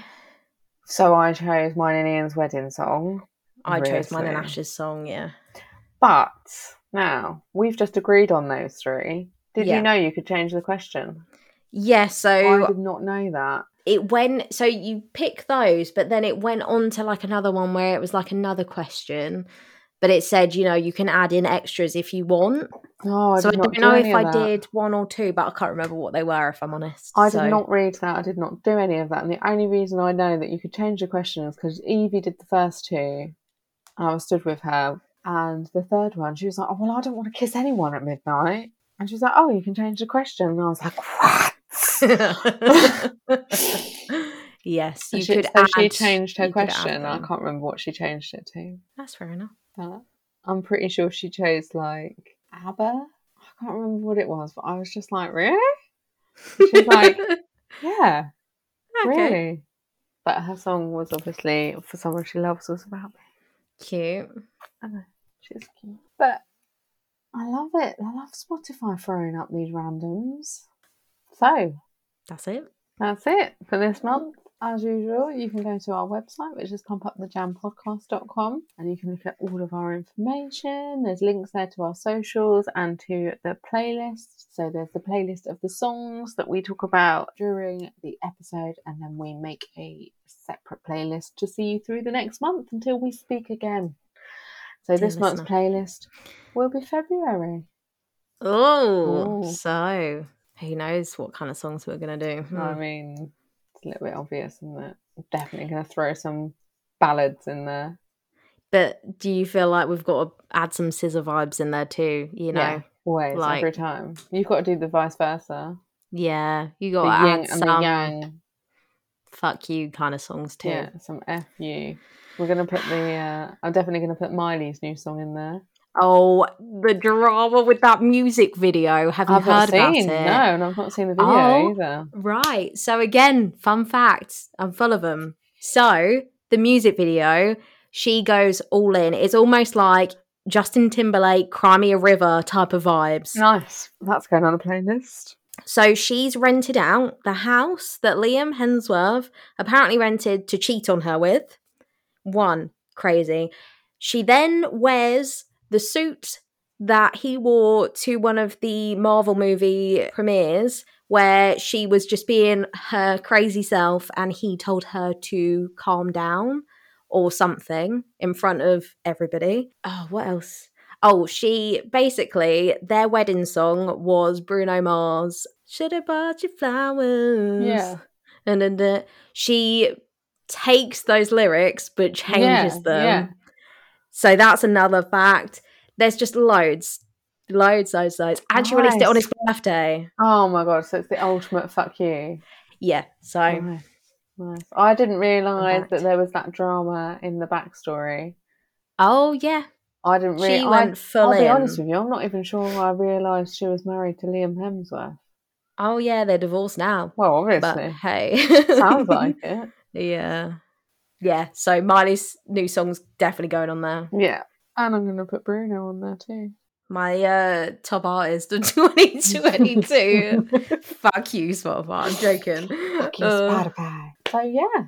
Speaker 3: So I chose mine and Ian's wedding song.
Speaker 2: I chose mine and
Speaker 3: Obviously.
Speaker 2: Ash's song, yeah.
Speaker 3: But now we've just agreed on those three. Did
Speaker 2: Yeah.
Speaker 3: you know you could change the question?
Speaker 2: Yeah, so
Speaker 3: I did not know that.
Speaker 2: it went so you pick those but then it went on to like another one where it was like another question but it said you know you can add in extras if you want
Speaker 3: No, Oh, I
Speaker 2: so i
Speaker 3: did not
Speaker 2: don't
Speaker 3: do
Speaker 2: know
Speaker 3: any
Speaker 2: if
Speaker 3: of
Speaker 2: i
Speaker 3: that.
Speaker 2: did one or two but i can't remember what they were if i'm honest
Speaker 3: I did
Speaker 2: So-
Speaker 3: not read that. I did not do any of that. And the only reason I know that you could change the question is because Evie did the first two, and I was stood with her. And the third one, she was like, "Oh well, I don't want to kiss anyone at midnight." And she was like, "Oh, you can change the question." And I was like, "What?"
Speaker 2: yes
Speaker 3: And
Speaker 2: you
Speaker 3: she,
Speaker 2: could
Speaker 3: so
Speaker 2: add
Speaker 3: she changed her
Speaker 2: you could add
Speaker 3: question. I
Speaker 2: them.
Speaker 3: can't remember what she changed it to.
Speaker 2: that's fair enough
Speaker 3: but I'm pretty sure she chose like ABBA. I can't remember what it was, but I was just like, really? She's like, yeah,
Speaker 2: okay
Speaker 3: really. But her song was obviously for someone she loves was about me.
Speaker 2: cute
Speaker 3: She's cute. But I love it. I love Spotify throwing up these randoms. So
Speaker 2: that's it
Speaker 3: That's it for this month. As usual, you can go to our website, which is pumpupthejampodcast.com, and you can look at all of our information. There's links there to our socials and to the playlist. So there's the playlist of the songs that we talk about during the episode, and then we make a separate playlist to see you through the next month until we speak again. So
Speaker 2: Dear
Speaker 3: this month's
Speaker 2: listener.
Speaker 3: playlist will be February.
Speaker 2: oh
Speaker 3: Ooh.
Speaker 2: so who knows what kind of songs we're gonna do Hmm.
Speaker 3: I mean, it's a little bit obvious, isn't it? I'm definitely going to throw some ballads in there.
Speaker 2: But do you feel like we've got to add some scissor vibes in there too? You know,
Speaker 3: Yeah,
Speaker 2: yeah,
Speaker 3: always, every
Speaker 2: like-
Speaker 3: time. You've got to do the vice versa.
Speaker 2: you
Speaker 3: The
Speaker 2: got to
Speaker 3: yin
Speaker 2: add
Speaker 3: and the
Speaker 2: some
Speaker 3: yang.
Speaker 2: fuck you kind of songs too.
Speaker 3: Yeah, some F you. We're gonna put the. Uh, I'm definitely gonna put Miley's new song in there.
Speaker 2: Oh, the drama with that music video. Have you
Speaker 3: I've
Speaker 2: heard
Speaker 3: not seen.
Speaker 2: about it?
Speaker 3: No, and I've not seen the video
Speaker 2: Oh.
Speaker 3: either.
Speaker 2: Right. So again, fun fact. I'm full of them. So the music video, she goes all in. It's almost like Justin Timberlake, Cry Me a River type of vibes.
Speaker 3: Nice. That's going on a playlist.
Speaker 2: So she's rented out the house that Liam Hensworth apparently rented to cheat on her with. One, crazy. She then wears the suit that he wore to one of the Marvel movie premieres where she was just being her crazy self and he told her to calm down or something in front of everybody. Oh, what else? Oh, she basically their wedding song was Bruno Mars. Should have bought you flowers.
Speaker 3: Yeah.
Speaker 2: And then the- she takes those lyrics but changes
Speaker 3: Yeah,
Speaker 2: them.
Speaker 3: yeah.
Speaker 2: So that's another fact. There's just loads, loads, loads, loads. And she released it on
Speaker 3: Nice.
Speaker 2: his birthday.
Speaker 3: Oh my god! So it's the ultimate fuck you.
Speaker 2: Yeah. So
Speaker 3: Nice. nice. I didn't realise
Speaker 2: fact.
Speaker 3: that there was that drama in the backstory.
Speaker 2: oh yeah,
Speaker 3: I didn't really.
Speaker 2: she
Speaker 3: I-
Speaker 2: went full
Speaker 3: I'll
Speaker 2: in.
Speaker 3: be honest with you. I'm not even sure I realised she was married to Liam Hemsworth.
Speaker 2: Oh yeah, they're divorced now.
Speaker 3: Well,
Speaker 2: But
Speaker 3: obviously,
Speaker 2: hey,
Speaker 3: sounds like it.
Speaker 2: yeah, yeah. So Miley's new song's definitely going on there.
Speaker 3: Yeah, and I'm gonna put Bruno on there too.
Speaker 2: My uh top artist of 2022. Fuck you, Spotify. I'm joking.
Speaker 3: Fucking
Speaker 2: Uh,
Speaker 3: Spotify. So yeah,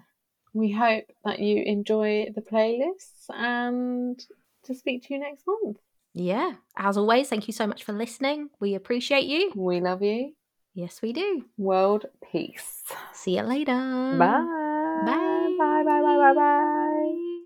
Speaker 3: we hope that you enjoy the playlists and to speak to you next month.
Speaker 2: yeah. As always, thank you so much for listening. We appreciate you.
Speaker 3: We love you.
Speaker 2: Yes, we do.
Speaker 3: World peace.
Speaker 2: See you later.
Speaker 3: Bye.
Speaker 2: bye.
Speaker 3: Bye. Bye. Bye. Bye. Bye.